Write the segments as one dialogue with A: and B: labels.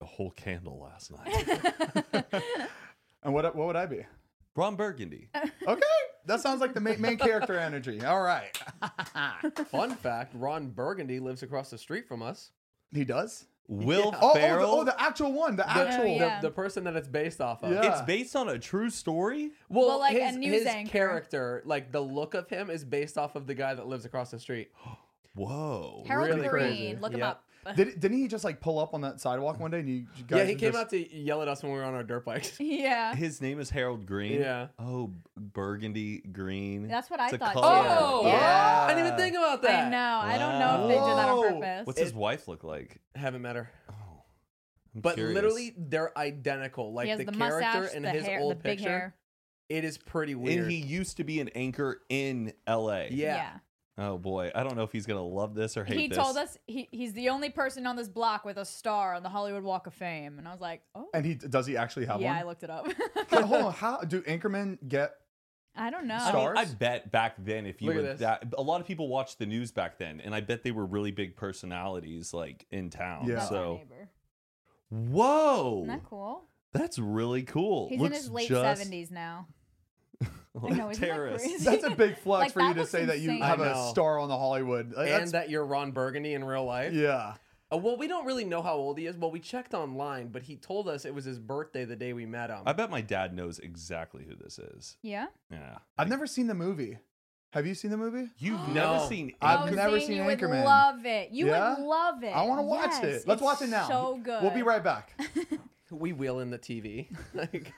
A: a whole candle last night.
B: And what what would I be?
A: Ron Burgundy.
C: Oh,
B: Okay, that sounds like the main, main character energy. All right,
D: Fun fact: Ron Burgundy lives across the street from us.
B: he does.
A: Will
B: Oh, oh, the,
A: Ferrell.
C: uh,
B: oh, the actual one, the
D: The,
B: actual.
D: the-
C: Oh, yeah.
D: the, person that it's based off of.
B: Yeah.
A: It's based on a true story.
D: Well,
C: Well, like a
D: his,
C: news
D: his
C: anchor.
D: character, like the look of him, is based off of the guy that lives across the street.
A: Whoa.
C: Harold
D: Really
C: Green,
D: crazy.
C: look him
D: Yep.
C: up.
B: Did, didn't he just like pull up on that sidewalk one day and you guys?
D: yeah, he
B: were
D: came
B: just-
D: out to yell at us when we were on our dirt bikes.
C: Yeah.
A: His name is Harold Green.
D: Yeah.
A: Oh, B- Burgundy Green.
C: That's what I
A: a
C: thought, too.
A: color.
C: Oh,
A: yeah.
D: I didn't even think about that.
C: I know. I don't know if they did that
B: Whoa.
C: on purpose.
A: What's his wife look like?
D: Haven't met her,
A: I'm
D: but
A: curious.
D: literally they're identical. Like
C: he has
D: the,
C: the,
D: character
C: mustache,
D: and
C: the
D: his
C: hair,
D: old
C: the big
D: picture.
C: hair.
D: It is pretty weird.
A: And he used to be an anchor in LA.
D: Yeah.
A: Oh boy, I don't know if he's gonna love this or hate
C: He
A: this.
C: told us he, he's the only person on this block with a star on the Hollywood Walk of Fame. And I was like, oh.
B: And he does he actually have
C: yeah, I
B: one?
C: looked it up.
B: Hold- Hold on, how do Anchorman get?
C: I don't know.
A: I, mean, I
B: Stars?
A: bet back then, if you
D: Look at
A: were
D: this.
A: that, a lot of people watched the news back then, and I bet they were really big personalities like in town.
B: Yeah.
C: That's our
A: So,
C: neighbor.
A: whoa,
C: Isn't that cool?
A: that's really cool.
C: He's in
A: Looks
C: his late
A: just
C: 70s now.
A: like
C: know, isn't that
A: terrorists.
C: crazy?
B: That's a big flex
C: Like,
B: for you
C: that
B: to
C: looks
B: say that you
C: insane.
B: have
D: I
B: a
D: know.
B: star on the Hollywood. Like,
D: and
B: that's-
D: that you're Ron Burgundy in real life.
B: yeah.
D: Uh, well, we don't really know how old he is. Well, we checked online, but he told us it was his birthday the day we met him.
A: I bet my dad knows exactly who this is.
C: Yeah.
A: Yeah,
B: I've never seen the movie. Have you seen the movie?
A: you've
D: No.
A: never seen.
B: I've
C: oh,
A: Anchor-
B: never
C: Zane,
B: seen
C: you would
B: Anchorman.
C: love it. You
B: Yeah?
C: would love it.
B: I want to watch
C: Yes,
B: it. Let's
C: it's
B: watch it now.
C: So good.
B: We'll be right back.
D: we wheel in the TV. like,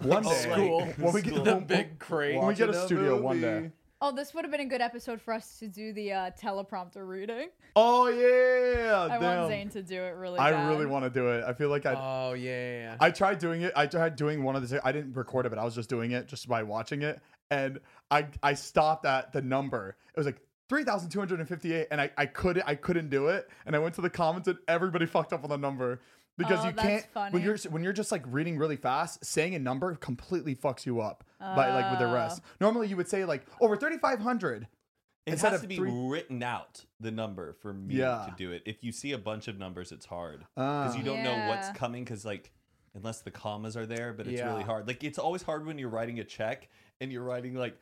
B: One
A: Oh,
B: day,
A: school.
B: when we get
A: School.
D: the
B: when-
D: big crane.
B: when we get
A: Watching
B: a
A: a
B: studio one day.
A: movie.
C: Oh, this would have been a good episode for us to do the uh, teleprompter reading.
B: Oh yeah,
C: I
B: damn.
C: want Zane to do it really
B: I
C: bad.
B: really want to do it. I feel like I.
D: Oh yeah, yeah, yeah.
B: I tried doing it. I tried doing one of the. I didn't record it, but I was just doing it just by watching it, and I I stopped at the number. It was like three thousand two hundred and fifty eight, and I I couldn't I couldn't do it, and I went to the comments and everybody fucked up on the number because
C: Oh,
B: you
C: that's
B: can't when
C: funny.
B: you're when you're just like reading really fast, saying a number completely fucks you up by like with the
C: Uh.
B: rest. Normally you would say like over thirty five hundred.
A: It
B: instead
A: has
B: of
A: to be
B: three-
A: written out the number for me
B: Yeah.
A: to do it. If you see a bunch of numbers, it's hard
B: Ah.
A: because you don't know what's
C: Yeah.
A: coming. Because like, unless the commas are there, but it's really
D: Yeah.
A: hard. Like, it's always hard when you're writing a check and you're writing like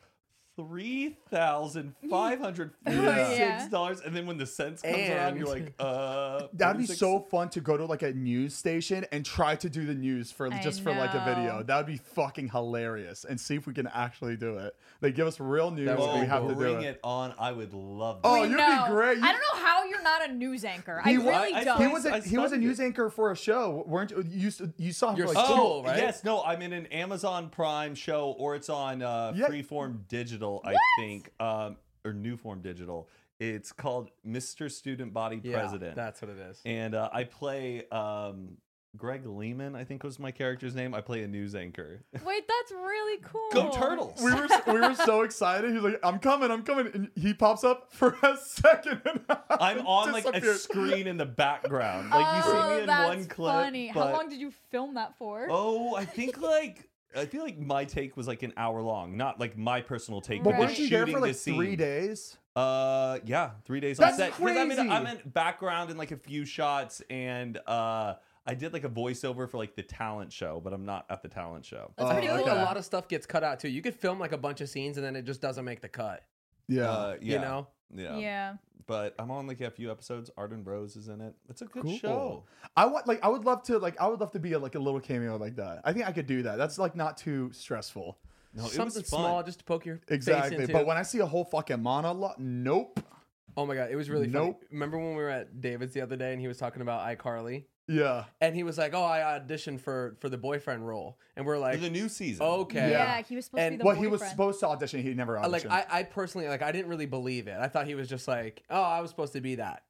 A: three thousand five hundred
C: Yeah.
A: forty-six dollars, and then when the cents comes around, you're
D: And-
A: like, uh,
B: That'd be
A: 46?
B: so fun to go to like a news station and try to do the news for
C: I
B: just for like a video.
C: know.
B: That would be fucking hilarious and see if we can actually do it. They give us real news
D: would
B: and
A: Oh,
B: we have to do
A: bring
B: it.
A: it. on! I would love.
B: Oh,
A: that.
B: you'd be
C: No.
B: great.
C: I
B: You-
C: don't know how you're not a news anchor. I
B: He wa-
C: really
A: I- I
C: don't.
B: He was a
A: I
B: he was a
A: studied
B: news
A: it.
B: anchor for a show, weren't you? You, s- you saw him
D: You're
B: for like
D: so-
B: two-
D: Cool, right?
A: Oh, Yes, no, I'm in an Amazon Prime show or it's on uh,
B: Yeah.
A: Freeform Digital, I think, um, or Newform Digital. It's called Mr. Student Body
D: Yeah,
A: President.
D: That's what it is.
A: and uh, I play um, Greg Lehman, I think was my character's name. I play a news anchor.
C: Wait, that's really cool.
A: Go Turtles!
B: We were s- we were so excited. He's like, "I'm coming, I'm coming," and he pops up for a second. And
A: I'm on like a
B: disappeared.
A: screen in the background. Like you see
C: Oh,
A: me in
C: that's
A: one clip.
C: Funny.
A: but-
C: How long did you film that for?
A: Oh, I think like I feel like my take was like an hour long, not like my personal take.
B: But
A: But
B: weren't
A: we're
C: Right.
B: you there
A: shooting
B: for like
A: the scene.
B: three days?
A: Uh, yeah, three days
B: That's
A: on set. 'Cause I'm in,
B: crazy.
A: I'm in background in like a few shots, and uh, I did like a voiceover for like the talent show, but I'm not at the talent show.
C: That's
B: Oh,
C: pretty
D: I feel
C: cool.
D: like a lot of stuff gets cut out too. You could film like a bunch of scenes and then it just doesn't make the cut.
B: Yeah.
A: Uh, yeah.
D: You know?
A: Yeah.
C: Yeah.
A: But I'm on like a few episodes. Arden Rose is in it. It's a good
B: Cool.
A: show.
B: I want like I would love to like I would love to be like a little cameo like that. I think I could do that. That's like not too stressful.
A: No, it
D: Something
A: was fun.
D: small just to poke your face
B: Exactly.
D: into.
B: But when I see a whole fucking monologue, nope.
D: oh my god, it was really funny.
B: Nope.
D: Remember when we were at David's the other day and he was talking about iCarly?
B: Yeah.
D: And he was like, "Oh, I auditioned for for the boyfriend role," and we're like,
A: the new season.
C: Yeah.
B: oh,
D: "Okay."
B: Yeah.
C: He was supposed
D: And-
C: to be the
B: well,
C: boyfriend.
B: he was supposed to audition. He never
D: I-
B: auditioned.
D: Uh, like I, I personally like I didn't really believe it. I thought he was just like, oh, I was supposed to be that.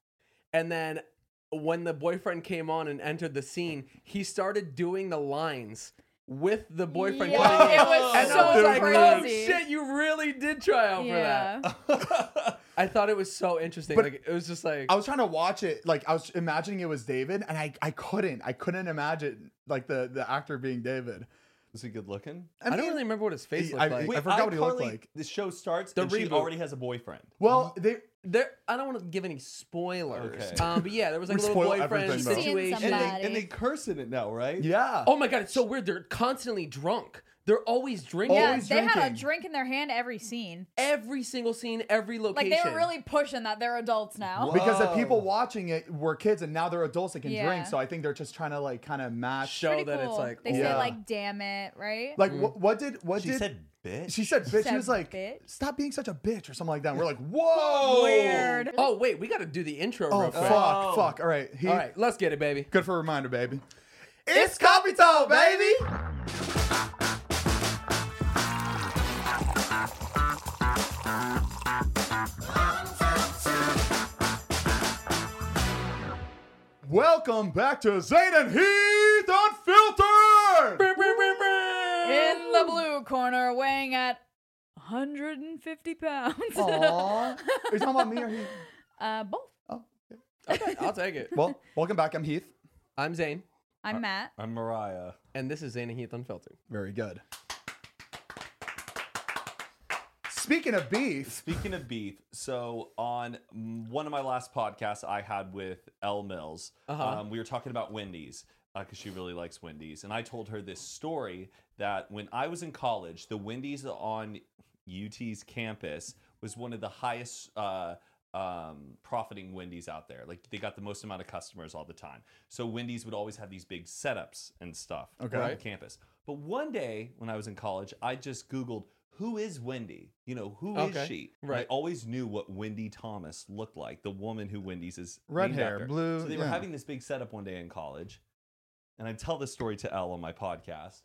D: And then when the boyfriend came on and entered the scene, he started doing the lines with the boyfriend.
C: Yeah,
D: coming in.
C: it was
D: and
C: so
D: I was like,
C: crazy.
D: oh shit, you really did try out
C: yeah.
D: for that. I thought it was so interesting.
B: But-
D: like it was just like
B: I was trying to watch it, like I was imagining it was David, and I, I couldn't. I couldn't imagine like the, the actor being David.
A: Is he good looking?
D: I, don't really remember what his face
B: he-
D: looked
B: I-
D: like.
B: Wait. forgot what he looked
A: iCarly,
B: like.
A: The show starts
D: The
A: and she
D: reboot.
A: already has a boyfriend.
B: Well, they
D: There, I don't want to give any spoilers.
A: Okay.
D: Um, but yeah, there was
B: We
D: like a little
B: spoil
D: boyfriend
B: everything, though.
C: She's seeing
D: situation.
A: And
C: somebody.
A: they, and they curse in it now, right?
B: yeah.
D: Oh my god, it's so weird. They're constantly drunk. They're always drinking.
C: Yeah,
B: always
C: they had a
B: Oh, drinking.
C: drink in their hand every scene.
D: every single scene, every
C: Like
D: location.
C: they were really pushing that they're adults now.
B: because the
A: Whoa.
B: people watching it were kids, and now they're adults that can
C: Yeah.
B: drink. So I think they're just trying to like kind of match.
D: Show
C: Pretty
D: that
C: cool.
D: it's like
C: they
D: oh,
C: say
B: Yeah.
C: like, "Damn it," right?
B: Like what, what did what
A: She
B: did
A: said, bitch.
B: she said? Bitch. She,
C: said
B: was like,
C: bitch.
B: stop being such a bitch or something like that. And we're like, whoa.
C: Weird.
D: oh wait, we got to do the intro
B: Oh
D: real quick.
B: fuck,
A: Oh.
B: fuck. All right. He,
D: All right, let's get it, baby.
B: Good for a reminder, baby. It's coffee time, baby. Welcome back to Zayn and Heath Unfiltered.
C: In
B: Oh.
C: the blue corner, weighing at 150 pounds.
A: Oh,
B: Aww. Are you talking about me or Heath?
C: uh, both.
B: Oh, okay.
D: Okay, I'll take it.
B: Well, welcome back. I'm Heath.
D: I'm Zane,
B: Uh,
C: I'm Matt.
A: I'm Mariah.
D: and this is Zane and Heath Unfiltered.
B: Very good. Speaking of beef,
A: Speaking of beef, so on mm, one of my last podcasts I had with Elle Mills,
D: Uh-huh.
A: um, we were talking about Wendy's because she really likes Wendy's, and I told her this story that when I was in college, the Wendy's on UT's campus was one of the highest uh, um, profiting Wendy's out there. Like they got the most amount of customers all the time. So Wendy's would always have these big setups and stuff
B: Okay.
A: around campus. But one day when I was in college, I just Googled who is Wendy? You know, who is
D: Okay.
A: she? And I
D: Right.
A: always knew what Wendy Thomas looked like, the woman who Wendy's is
B: Red
A: named
B: hair,
A: after.
B: blue,
A: So they were
B: yeah.
A: having this big setup one day in college, and I tell this story to Elle on my podcast.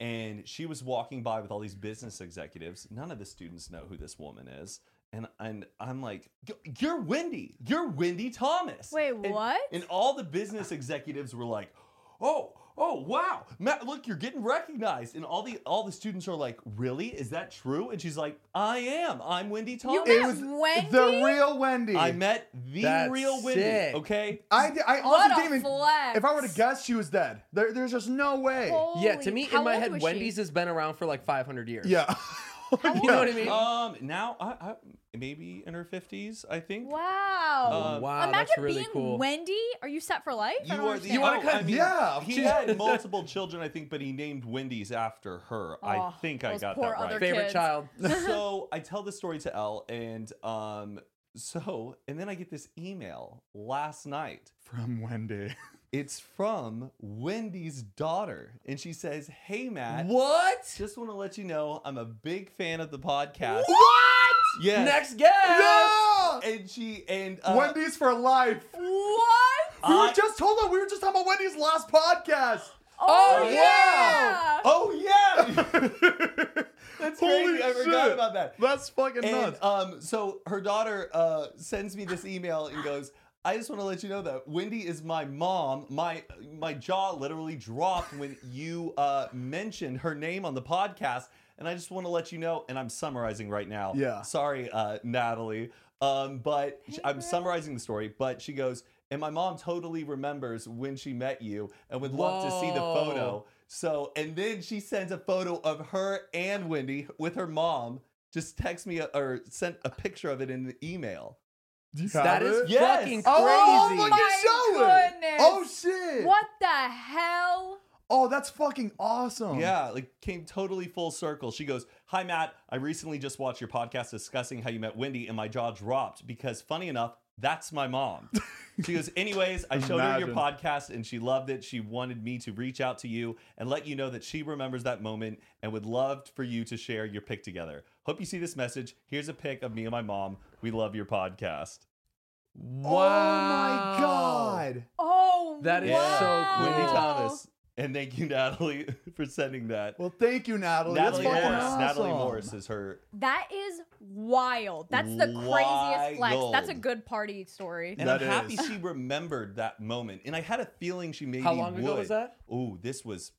A: And she was walking by with all these business executives. None of the students know who this woman is. And, and I'm like, "Y- you're Wendy. You're Wendy Thomas.
C: Wait,
A: And-
C: what?
A: And all the business executives were like, oh, oh, wow, Matt, look, you're getting recognized. And all the all the students are like, really? Is that true? And she's like, I am. I'm Wendy Thomas.
C: met
B: it was
C: Wendy?
B: the real Wendy.
A: I met the
D: That's
A: real Wendy.
D: sick.
A: Okay.
B: I, I honestly
C: What a
B: didn't even.
C: flex.
B: If I would have guessed she was dead, there, there's just no way.
D: yeah, to
C: Holy-
D: me,
C: how
D: in my
C: old
D: head,
C: was she?
D: Wendy's has been around for like 500 years.
B: Yeah.
D: you know what I mean?
A: Um. Now, I, I maybe in her fifties, I think.
C: Wow.
A: Um,
D: wow,
C: Imagine
D: that's really
C: being
D: cool.
C: Wendy. Are you set for life? I
A: You
C: don't
A: are the.
C: understand.
D: You wanna
A: oh,
D: cut-
A: I mean,
B: yeah,
A: He
B: she's-
A: had multiple children, I think, but he named Wendy's after her. I
C: Oh,
A: think I
C: those
A: got
C: poor
A: that right.
C: other
D: Favorite
C: kids.
D: child.
A: so I tell the story to Elle, and um, so and then I get this email last night.
B: From Wendy.
A: It's from Wendy's daughter, and she says, "Hey Matt,
D: what?
A: just want to let you know I'm a big fan of the podcast.
D: What?
A: Yes.
D: Next guest.
B: Yeah!
A: And she and uh,
B: Wendy's for life.
C: What?
B: we
A: I-
B: were just hold on. We were just talking about Wendy's last podcast.
C: Oh,
A: yeah!
C: yeah.
A: oh yeah, that's
B: Holy
A: crazy. I forgot
B: shit.
A: about that.
B: That's fucking
A: And
B: nuts.
A: um, so her daughter uh, sends me this email and goes, "I just want to let you know that Wendy is my mom. My my jaw literally dropped when you uh, mentioned her name on the podcast, and I just want to let you know. And I'm summarizing right now.
B: Yeah.
A: sorry, uh, Natalie. Um, but sh- I'm
C: girl.
A: summarizing the story. But she goes, and my mom totally remembers when she met you, and would love to see the
D: Whoa.
A: photo. So, and then she sends a photo of her and Wendy with her mom. Just text me a, or sent a picture of it in the email.
B: Do you have
D: That is
B: it?
A: Yeah. Yes.
D: fucking crazy.
B: Oh,
C: my
B: look at Show it.
C: goodness.
B: Oh shit.
C: What the hell?
B: Oh, that's fucking awesome.
A: Yeah, like came totally full circle. She goes, Hi, Matt. I recently just watched your podcast discussing how you met Wendy, and my jaw dropped because, funny enough, that's my mom. She goes, Anyways, I showed her your
B: Imagine.
A: podcast and she loved it. She wanted me to reach out to you and let you know that she remembers that moment and would love for you to share your pic together. Hope you see this message. Here's a pic of me and my mom. We love your podcast.
D: Wow.
B: Oh my god.
C: Oh,
D: That is
C: wow.
D: so cool.
A: Wendy Thomas. And thank you, Natalie, for sending that.
B: Well, thank you, Natalie.
A: Natalie
B: that's
A: Morris.
B: fucking
A: Natalie
B: awesome.
A: Morris is her
C: That is wild. That's the craziest flex. That's a
A: Wild.
C: good party story.
A: And
B: That
A: I'm happy
B: is.
A: she remembered that moment. And I had a feeling she maybe
D: How long ago
A: would.
D: was that?
A: Oh, this was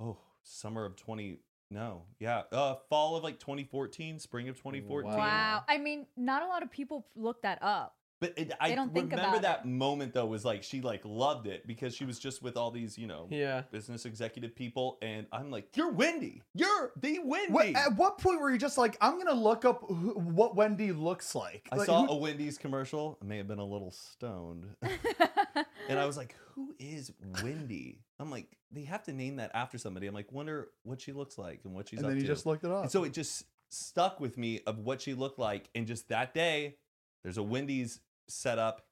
A: oh summer of twenty. No, yeah, uh, fall of like 2014, spring of 2014.
C: Wow. I mean, not a lot of people look that up.
A: But it, I
C: don't think
A: remember
C: about
A: that moment though was like she like loved it because she was just with all these you know
D: Yeah.
A: business executive people, and I'm like, you're Wendy, you're the Wendy.
B: What, at what point were you just like, I'm gonna look up who, what Wendy looks like?
A: I
B: Like,
A: saw
B: who-
A: a Wendy's commercial. I may have been a little stoned. and I was like, who is Wendy? I'm like, they have to name that after somebody. I'm like, wonder what she looks like and what she's
B: and
A: up
B: then you
A: to.
B: just looked it up.
A: and so it just stuck with me of what she looked like. And just that day, there's a Wendy's set up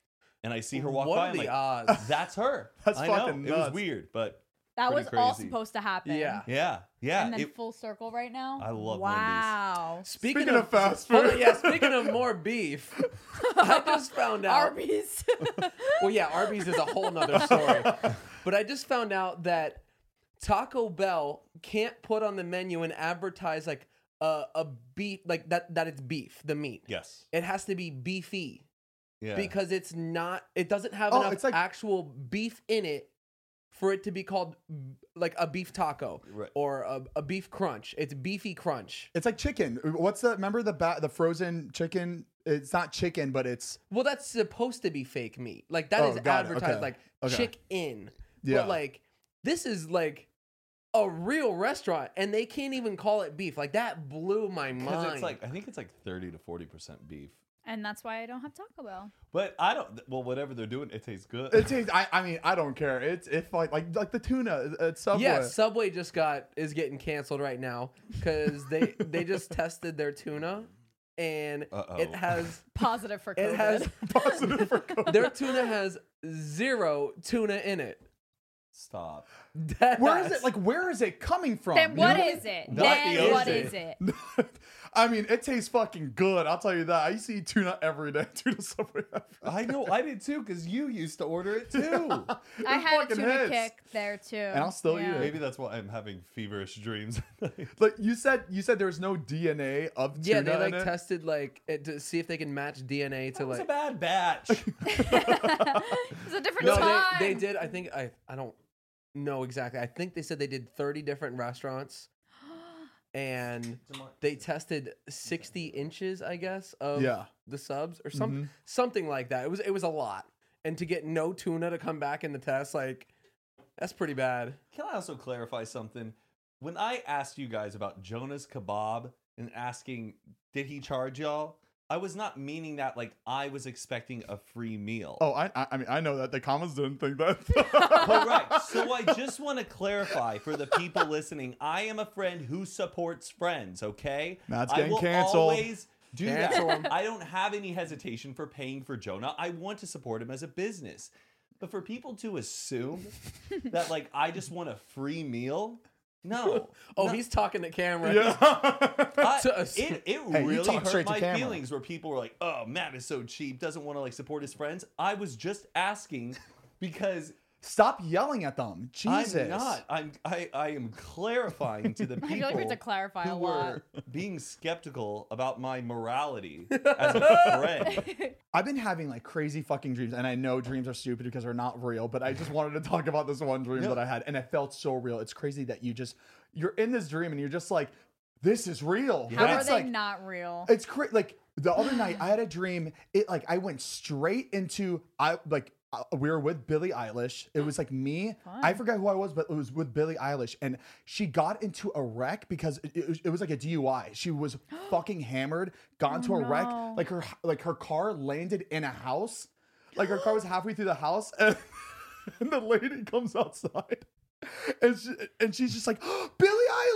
A: and I see her walk
D: what
A: by.
D: are
A: I'm
D: the
A: like,
D: odds?
A: that's her.
B: That's
A: I know.
B: fucking
A: It was
B: nuts.
A: weird, but
C: that was
A: Pretty
C: all
A: crazy.
C: supposed to happen.
D: Yeah.
A: yeah, yeah.
C: And then
A: it-
C: full circle right now.
A: I love Wendy's.
C: wow.
D: Speaking,
B: Speaking of fast
D: Hold on,
B: food.
D: yeah, speaking of more beef, I just found out.
C: Arby's.
D: Well, yeah, Arby's is a whole nother story. but I just found out that Taco Bell can't put on the menu and advertise like a, a beef, like that, that it's beef, the meat.
A: yes.
D: It has to be beefy
A: Yeah.
D: because it's not, it doesn't have
B: Oh,
D: enough
B: it's like-
D: actual beef in it for it to be called b- like a beef taco
A: Right.
D: or a, a beef crunch. It's beefy crunch.
B: it's like chicken. What's the? Remember the ba- the frozen chicken? It's not chicken, but it's
D: Well, that's supposed to be fake meat. Like that
B: Oh,
D: is
B: got it.
D: advertised
B: Okay.
D: like
B: Okay.
D: chick in.
B: Yeah.
D: But like this is like a real restaurant and they can't even call it beef. Like that blew my mind.
A: Because it's like, I think it's like 30 to 40% beef.
C: and that's why I don't have Taco Bell.
A: But I don't, well, whatever they're doing, it tastes good.
B: it tastes. I, I mean, I don't care. It's if like like like the tuna at Subway.
D: yeah, Subway just got is getting canceled right now cuz they they just tested their tuna and it
A: Uh-oh.
D: has
C: Positive for COVID.
D: it has
B: Positive for COVID.
D: their tuna has zero tuna in it.
A: Stop.
B: Where is it? Like, where is it coming from?
C: then what
B: You
C: is it?
A: What
C: Then
A: is
C: what
A: it?
C: is it?
B: know? I mean, it tastes fucking good. I'll tell you that. I used to eat tuna every day. Tuna Subway.
A: I know, I did too, because you used to order it too.
C: I
B: It
C: had a
B: fucking
C: tuna
B: hits.
C: kick there too. And
B: I'll still eat it.
A: Maybe that's why I'm having feverish dreams.
B: Like you said, you said there was no DNA of tuna.
D: yeah, they like
B: in it.
D: tested like it to see if they can match DNA to
A: it was
D: like
A: a bad batch.
C: It's a different
D: No,
C: time.
D: they, they did. I think I I don't know exactly. I think they said they did 30 different restaurants, and they tested 60 inches, I guess, of
B: Yeah. Mm-hmm.
D: the subs or some something like that. It was it was a lot, and to get no tuna to come back in the test, like that's pretty bad.
A: Can I also clarify something? When I asked you guys about Jonah's kebab and asking, did he charge y'all? I was not meaning that like I was expecting a free meal.
B: Oh, I, I I mean, I know that the commas didn't think that.
A: Correct. So I just want to clarify for the people listening, I am a friend who supports friends, okay?
B: Matt's
A: I
B: getting
A: will
B: canceled.
A: always do
D: Cancel him.
A: that. I don't have any hesitation for paying for Jonah. I want to support him as a business. But for people to assume that like I just want a free meal, no.
D: Oh,
A: No.
D: he's talking to camera.
B: yeah.
A: I-
D: to us.
A: it it
B: Hey, you
A: really
B: talk
A: hurt
B: straight to
A: my
B: camera.
A: feelings where people were like, "Oh, Matt is so cheap, doesn't want to like support his friends." I was just asking because
B: Stop yelling at them, Jesus!
A: I'm not. I'm I, I am clarifying to the people
C: I feel like we have to clarify
A: who
C: a lot.
A: were being skeptical about my morality as a friend.
B: I've been having like crazy fucking dreams, and I know dreams are stupid because they're not real. But I just wanted to talk about this one dream
A: No.
B: that I had, and it felt so real. It's crazy that you just you're in this dream and you're just like, this is real.
C: How
B: And
C: are
B: it's
C: they
B: like,
C: not real?
B: It's crazy. Like the other night, I had a dream. It like I went straight into I like uh, we were with Billie Eilish. It was like me. I forgot who I was, but it was with Billie Eilish, and she got into a wreck because it, it was, it was like a DUI. She was fucking hammered, got into a wreck.
C: no.
B: Like her like her car landed in a house. Like her car was halfway through the house, and, and the lady comes outside. And, she, and she's just like, Billie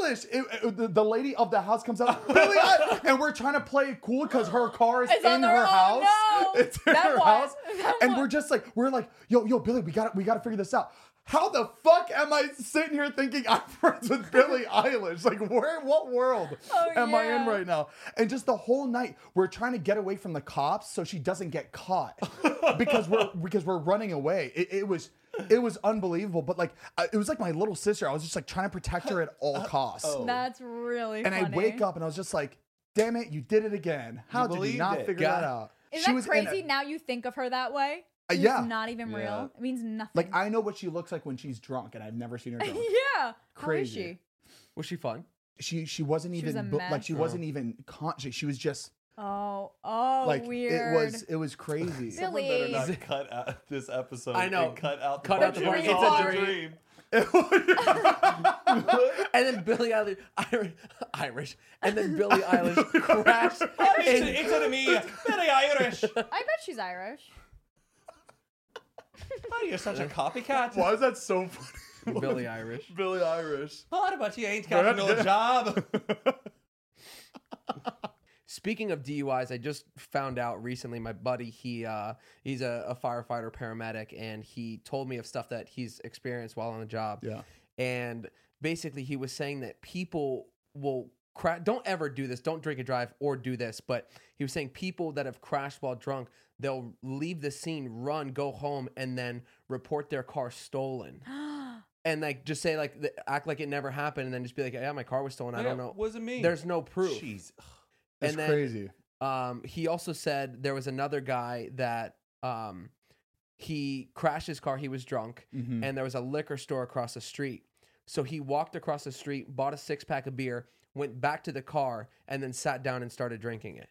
B: Eilish. It- it- the, the lady of the house comes out, Billie Eilish. And we're trying to play it cool because her car is
C: It's
B: in
C: on their
B: her
C: own.
B: house.
C: No.
B: It's in
C: That
B: her
C: was-
B: house.
C: that
B: and
C: was-
B: we're just like, we're like, yo, yo, Billy, we gotta we gotta figure this out. How the fuck am I sitting here thinking I'm friends with Billie Eilish? Like, where what world
C: Oh,
B: am I in
C: yeah.
B: right now? And just the whole night, we're trying to get away from the cops so she doesn't get caught. because we're because we're running away. It, it was it was unbelievable. But like I- it was like my little sister. I was just like trying to protect her at all costs.
C: That's really
B: and
C: funny.
B: I wake up and I was just like, damn it, you did it again. How did you
A: believed
B: not
A: it.
B: figure
D: God.
B: that out?
C: Isn't
B: She
C: that
B: was in a-
C: crazy? Now you think of her that way.
B: Uh,
C: It's
B: yeah.
C: not even
A: Yeah.
C: real. It means nothing.
B: Like I know what she looks like when she's drunk, and I've never seen her drunk.
C: yeah.
B: Crazy.
C: How is she?
D: Was she fun?
B: she she wasn't
C: She was
B: even
C: a
B: bu-
C: mess.
B: like she
C: Oh.
B: wasn't even conscious. She was just
C: Oh, oh,
B: like
C: weird.
B: it was it was crazy.
A: Someone better
C: Billy.
A: not cut out this episode.
D: I know.
A: and cut out the
D: Cut
A: part
C: out the
A: where
C: part-
A: it's
C: it's
A: all
C: a
A: a
D: dream.
A: dream.
D: And then Billie Eilish, Irish, Irish, and then Billie Eilish crashed. in-
A: It's to me, very Irish.
C: I bet she's Irish.
A: Oh, you're such a copycat.
B: Why is that so funny?
D: Billie Irish.
B: Billy Irish.
A: Oh, What about you ain't got no job?
D: Speaking of DUIs, I just found out recently. My buddy, he uh, he's a, a firefighter paramedic, and he told me of stuff that he's experienced while on the job.
B: Yeah.
D: and basically he was saying that people will crash. Don't ever do this. Don't drink and drive or do this. But he was saying people that have crashed while drunk, they'll leave the scene, run, go home, and then report their car stolen. And like just say like th- act like it never happened, and then just be like, "Yeah, my car was stolen. I don't know.
A: Wasn't me.
D: There's no proof."
A: Jeez.
B: That's
D: And then-
B: crazy.
D: Um, he also said there was another guy that um, he crashed his car. He was drunk,
B: Mhm.
D: and there was a liquor store across the street. So he walked across the street, bought a six pack of beer, went back to the car, and then sat down and started drinking it.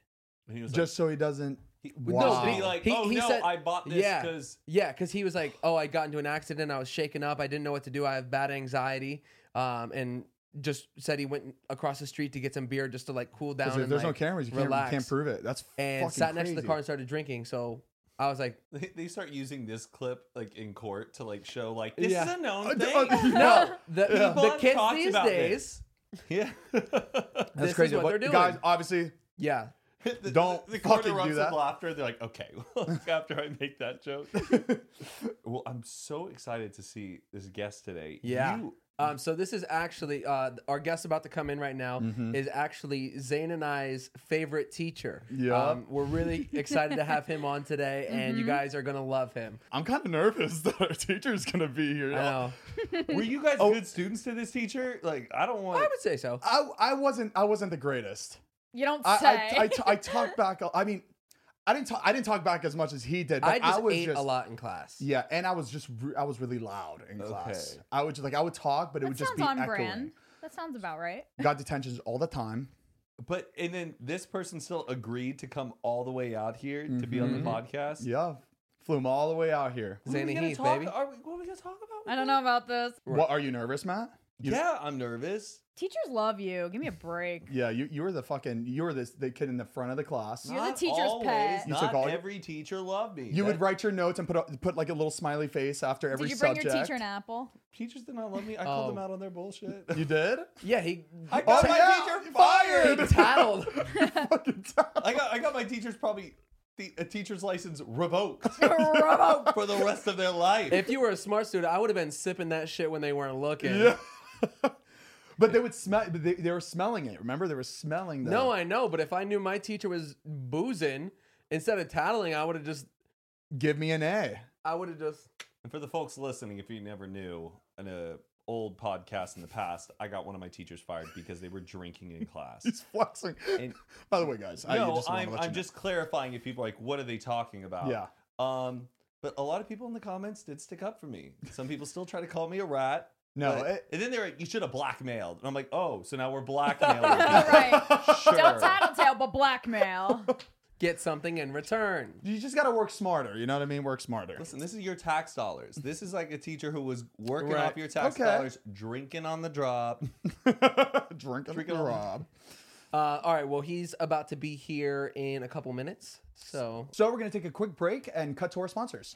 A: And he was
B: Just so he doesn't.
A: like, he,
B: Wow.
A: no, be like,
D: He-
A: oh
D: he
A: no,
D: said-
A: I bought this
D: Yeah.
A: because
D: Yeah, because he was like, "Oh, I got into an accident. I was shaken up. I didn't know what to do. I have bad anxiety," um, and just said he went across the street to get some beer just to like cool down.
B: Because if
D: and,
B: there's no
D: like,
B: cameras, you can't, you
D: relax.
B: can't prove it. That's
D: And
B: fucking
D: sat next to the
B: crazy.
D: car and started drinking. So I was like,
A: they, they start using this clip like in court to like show like this
D: Yeah.
A: is a known
B: Uh, d-
A: thing.
B: uh,
D: "No, the,
A: People
D: the
A: have
D: kids
A: talked
D: these
A: about
D: days."
A: this. Yeah.
D: That's
B: That's crazy.
D: what
B: but
D: they're doing.
B: guys, obviously,
D: Yeah.
A: The-
B: Don't
A: the, the court
B: fucking do
A: erupts
B: that.
A: with laughter. They're like, okay, after I make that joke. well, I'm so excited to see this guest today.
D: Yeah.
A: You-
D: Um, so this is actually uh, our guest about to come in right now
B: Mm-hmm.
D: is actually Zayn and I's favorite teacher.
B: Yeah.
D: Um, we're really excited to have him on today, and
A: Mm-hmm.
D: you guys are gonna love him.
B: I'm kind of nervous that our teacher's gonna be here.
D: I know.
A: were you guys good students to this teacher? Like, I don't want.
D: I would say so.
B: I I wasn't I wasn't the greatest.
C: You don't say.
B: I I, I, t- I talked back. I mean, I didn't talk. I didn't talk back as much as he did. But
D: I just
B: was
D: ate
B: just,
D: a lot in class.
B: Yeah, and I was just re- I was really loud in class.
A: Okay.
B: I would just like I would talk, but it
C: that
B: would
C: sounds
B: just be
C: on
B: echoing.
C: brand. That sounds about right.
B: Got detentions all the time.
A: But and then this person still agreed to come all the way out here to be on the podcast.
B: Yeah, flew them all the way out here.
A: What are we
D: Zanny
A: gonna
D: Heath,
A: talk-
D: baby.
A: Are we, what are we gonna talk about?
C: I don't know about this.
B: What are you nervous, Matt? You-
A: Yeah, I'm nervous.
C: Teachers love you. Give me a break.
B: Yeah, you you were the fucking you were this the kid in the front of the class.
C: You're the
A: Not
C: teacher's
A: always,
C: pet.
B: You
A: Not
B: took all your-
A: every teacher loved me.
B: You would
A: That-
B: write your notes and put a, put like a little smiley face after every
C: Did you bring
B: subject.
C: your teacher an apple?
A: teachers did not love me. I called
D: Oh.
A: them out on their bullshit.
B: You did?
D: Yeah, he
A: I got
B: Oh,
A: my
B: yeah,
A: teacher
B: fired.
A: fired.
D: he tattled.
B: Fucking time.
A: I got I got my teacher's probably the, a teacher's license revoked
C: Revoked.
A: for the rest of their life.
D: if you were a smart student, I would have been sipping that shit when they weren't looking.
B: Yeah. but they would smell. but They, they were smelling it. Remember, they were smelling. The,
D: No, I know, but if I knew my teacher was boozing instead of tattling, I would have just
B: give me an A.
D: I would have just
A: and for the folks listening, if you never knew, in a old podcast in the past, I got one of my teachers fired because they were drinking in class.
B: He's flexing.
A: And-
B: By the way, guys, I
A: no,
B: just wanna
A: I'm
B: let you
A: I'm
B: know.
A: just clarifying if people are like, what are they talking about?
B: Yeah.
A: Um, but a lot of people in the comments did stick up for me. Some people still try to call me a rat.
B: No,
A: but-
B: it-
A: and then they're like, you should have blackmailed. And I'm like, oh, so now we're blackmailing.
C: All
A: people.
C: right.
A: sure.
C: Don't tattletale, but blackmail.
D: get something in return.
B: You just gotta work smarter. You know what I mean? Work smarter.
A: Listen, this is your tax dollars. This is like a teacher who was working
D: Right.
A: off your tax
B: Okay.
A: dollars, drinking on the drop.
B: Drink and
A: Drink and
B: rob.
D: Uh, all right. Well, he's about to be here in a couple minutes. So
B: So we're gonna take a quick break and cut to our sponsors.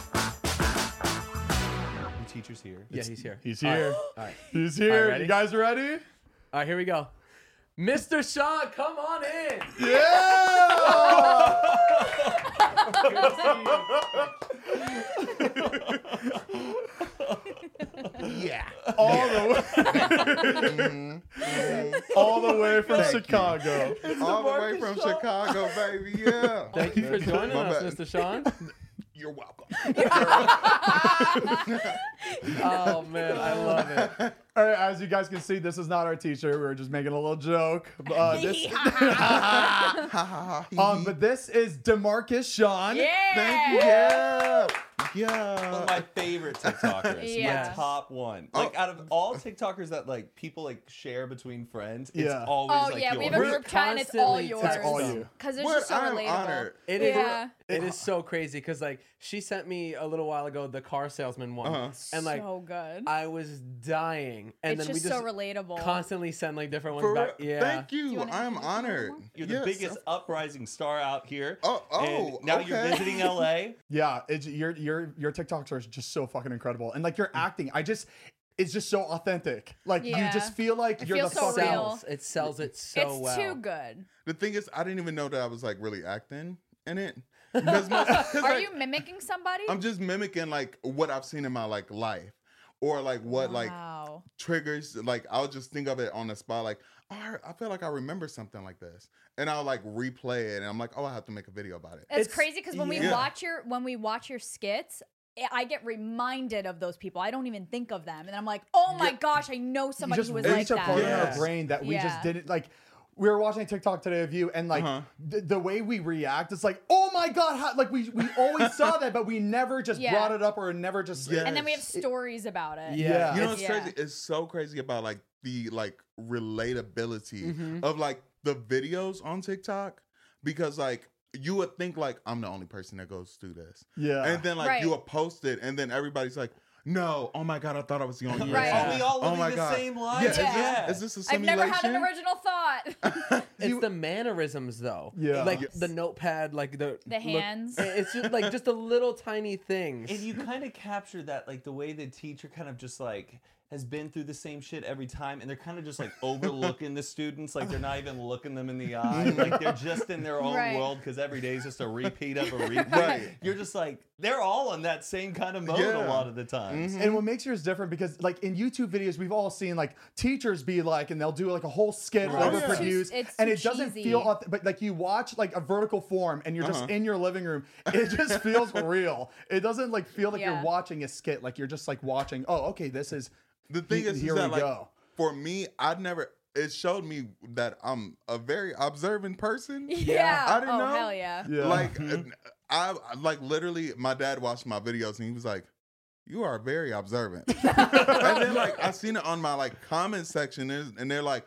A: teacher's here.
D: Yeah, he's here.
B: He's
D: All right.
B: here.
D: All right.
B: He's here.
D: ready?
B: you guys ready?
D: All right, here we go. Mr. Shaw, come on in.
B: Yeah!
E: Yeah.
B: all the way, all the way from
E: Thank you.
B: Chicago.
E: All the way from Chicago, baby. Yeah.
D: Thank you for joining
E: My
D: us,
E: bad.
D: Mr. Sean.
E: You're welcome.
D: Oh man, I love it.
B: All right, as you guys can see, this is not our teacher. We were just making a little joke. Uh, this, um, but this is Demarcus Sean.
C: Yeah.
E: Thank you. Yeah. Yeah.
A: One of my favorite TikTokers. My
C: Yes.
A: top one. Like out of all TikTokers that like people like share between friends, it's
B: Yeah.
A: always
C: Oh
A: like
C: yeah, we have a
A: yours.
D: We're
C: group chat and it's all
D: constantly
C: yours.
B: it's all
D: Ours.
B: you.
C: Because it's
E: What?
C: just so
E: I'm
C: relatable.
E: honored.
D: It is.
C: Yeah.
D: It is so crazy because like she sent me a little while ago the car salesman one,
E: Uh-huh.
D: and like
C: so good.
D: I was dying, and
C: it's
D: then
C: just,
D: we just
C: so relatable.
D: constantly send like different ones
E: For
D: back.
E: real.
D: Yeah.
E: Thank you.
C: you wanna
E: I'm
C: introduce
E: honored.
C: yourself?
A: You're the
E: Yes.
A: biggest uprising star out here.
E: Oh,
A: and
E: oh,
A: now you're
E: okay.
A: visiting LA.
B: Yeah, it's, your your your TikToks are just so fucking incredible, and like
C: Mm.
B: your acting, I just it's just so authentic. Like you
C: Yeah.
B: just feel like
C: It
B: you're the
C: feels so
B: fucking.
C: real.
D: sells. It sells it so
C: it's
D: well.
C: too good.
E: The thing is, I didn't even know that I was like really acting in it. 'Cause my- 'cause,
C: Are
E: like,
C: you mimicking somebody?
E: I'm just mimicking like what I've seen in my like life, or like what like
C: wow.
E: triggers. Like I'll just think of it on the spot. Like oh, I- I feel like I remember something like this, and I'll like replay it, and I'm like, oh, I have to make a video about it.
C: It's,
D: It's-
C: crazy because when we
E: yeah.
C: watch your when we watch your skits, I- I get reminded of those people. I don't even think of them, and I'm like, oh my gosh, I know
B: you
C: somebody
B: just
C: who was
B: it's
C: like
B: a
C: that.
B: part in
E: Yeah.
B: our brain that we just
C: Yeah.
B: didn't like. We were watching a TikTok today of you, and like
E: Uh-huh.
B: th- the way we react, it's like, oh my god, how, like we we always saw that, but we never just
C: Yeah.
B: brought it up or never just.
E: Yeah.
C: And then we have
E: Yes.
C: stories about it.
D: Yeah.
B: Yeah.
E: You know
C: It's-
E: what's crazy? It's so crazy about like the like relatability
C: Mm-hmm.
D: Mhm.
E: of like the videos on TikTok because like you would think like I'm the only person that goes through this,
B: Yeah.
E: and then like you
C: Right.
E: would post it, and then everybody's like, "No, oh my god, I thought I was the only one."
C: Right.
A: Are we all
E: Oh
A: living
E: my
A: the
E: God.
A: same life?
E: Yeah, is,
C: Yeah.
E: This, is this a
C: I've
E: simulation?
C: never had an original thought.
D: It's the mannerisms though.
B: Yeah.
D: Like
E: Yes.
D: the notepad, like the
C: The
D: look-
C: hands.
D: it's just like just the little tiny things.
A: And you kind of capture that, like the way the teacher kind of just like has been through the same shit every time, and they're kind of just like overlooking the students, like they're not even looking them in the eye, like they're just in their own
C: Right.
A: world because every day is just a repeat of a repeat.
E: Right.
A: You're just like they're all on that same kind of mode a
E: Yeah. Mm-hmm.
A: lot of the times.
B: And what makes yours different because like in YouTube videos we've all seen like teachers be like and they'll do like a whole skit
E: Right.
B: overproduced
E: It's too-
C: it's
B: and
C: too
B: it doesn't
C: cheesy.
B: feel auth- but like you watch like a vertical form and you're just
E: Uh-huh.
B: in your living room it just feels real it doesn't like feel like
C: Yeah.
B: you're watching a skit like you're just like watching oh okay this is
E: The thing
B: He-
E: is, is
B: here
E: that
B: we
E: like
B: go.
E: for me, I never. It showed me that I'm a very observant person.
C: yeah.
E: I didn't
C: oh
E: know.
C: hell yeah. Mm-hmm.
B: yeah
E: Like I I- like literally my dad watched my videos and he was like, You are very observant. and then like I seen it on my like comment section and and they're like,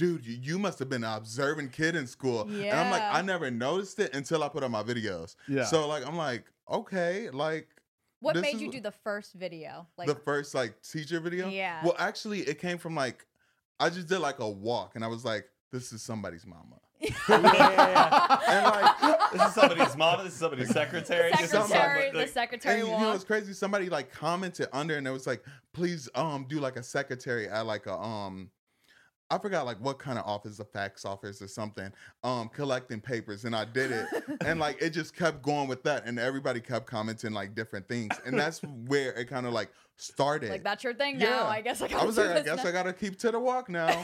E: dude, you, you must have been an observant kid in school. And I'm like,
C: Yeah.
E: I never noticed it until I put up my videos.
B: Yeah.
E: So like I'm like, okay, like
C: What
E: this
C: made
E: is
C: you
E: what-
C: do the first video? Like,
E: the first like teacher video.
C: Yeah.
E: Well, actually, it came from like I just did like a walk, and I was like, "This is somebody's mama," and like
A: This is somebody's mom. This is somebody's secretary. this is somebody-
C: secretary, the
A: like,
C: secretary
E: and you know
C: walk.
E: what's crazy? Somebody like commented under, and it was like, "Please um do like a secretary at like a um." I forgot like what kind of office, a fax office or something, um, collecting papers, and I did it, and like it just kept going with that, and everybody kept commenting like different things, and that's where it kind of like started.
C: Like that's your thing
E: Yeah.
C: now. I guess I,
E: I was like, I guess I gotta keep to the walk now.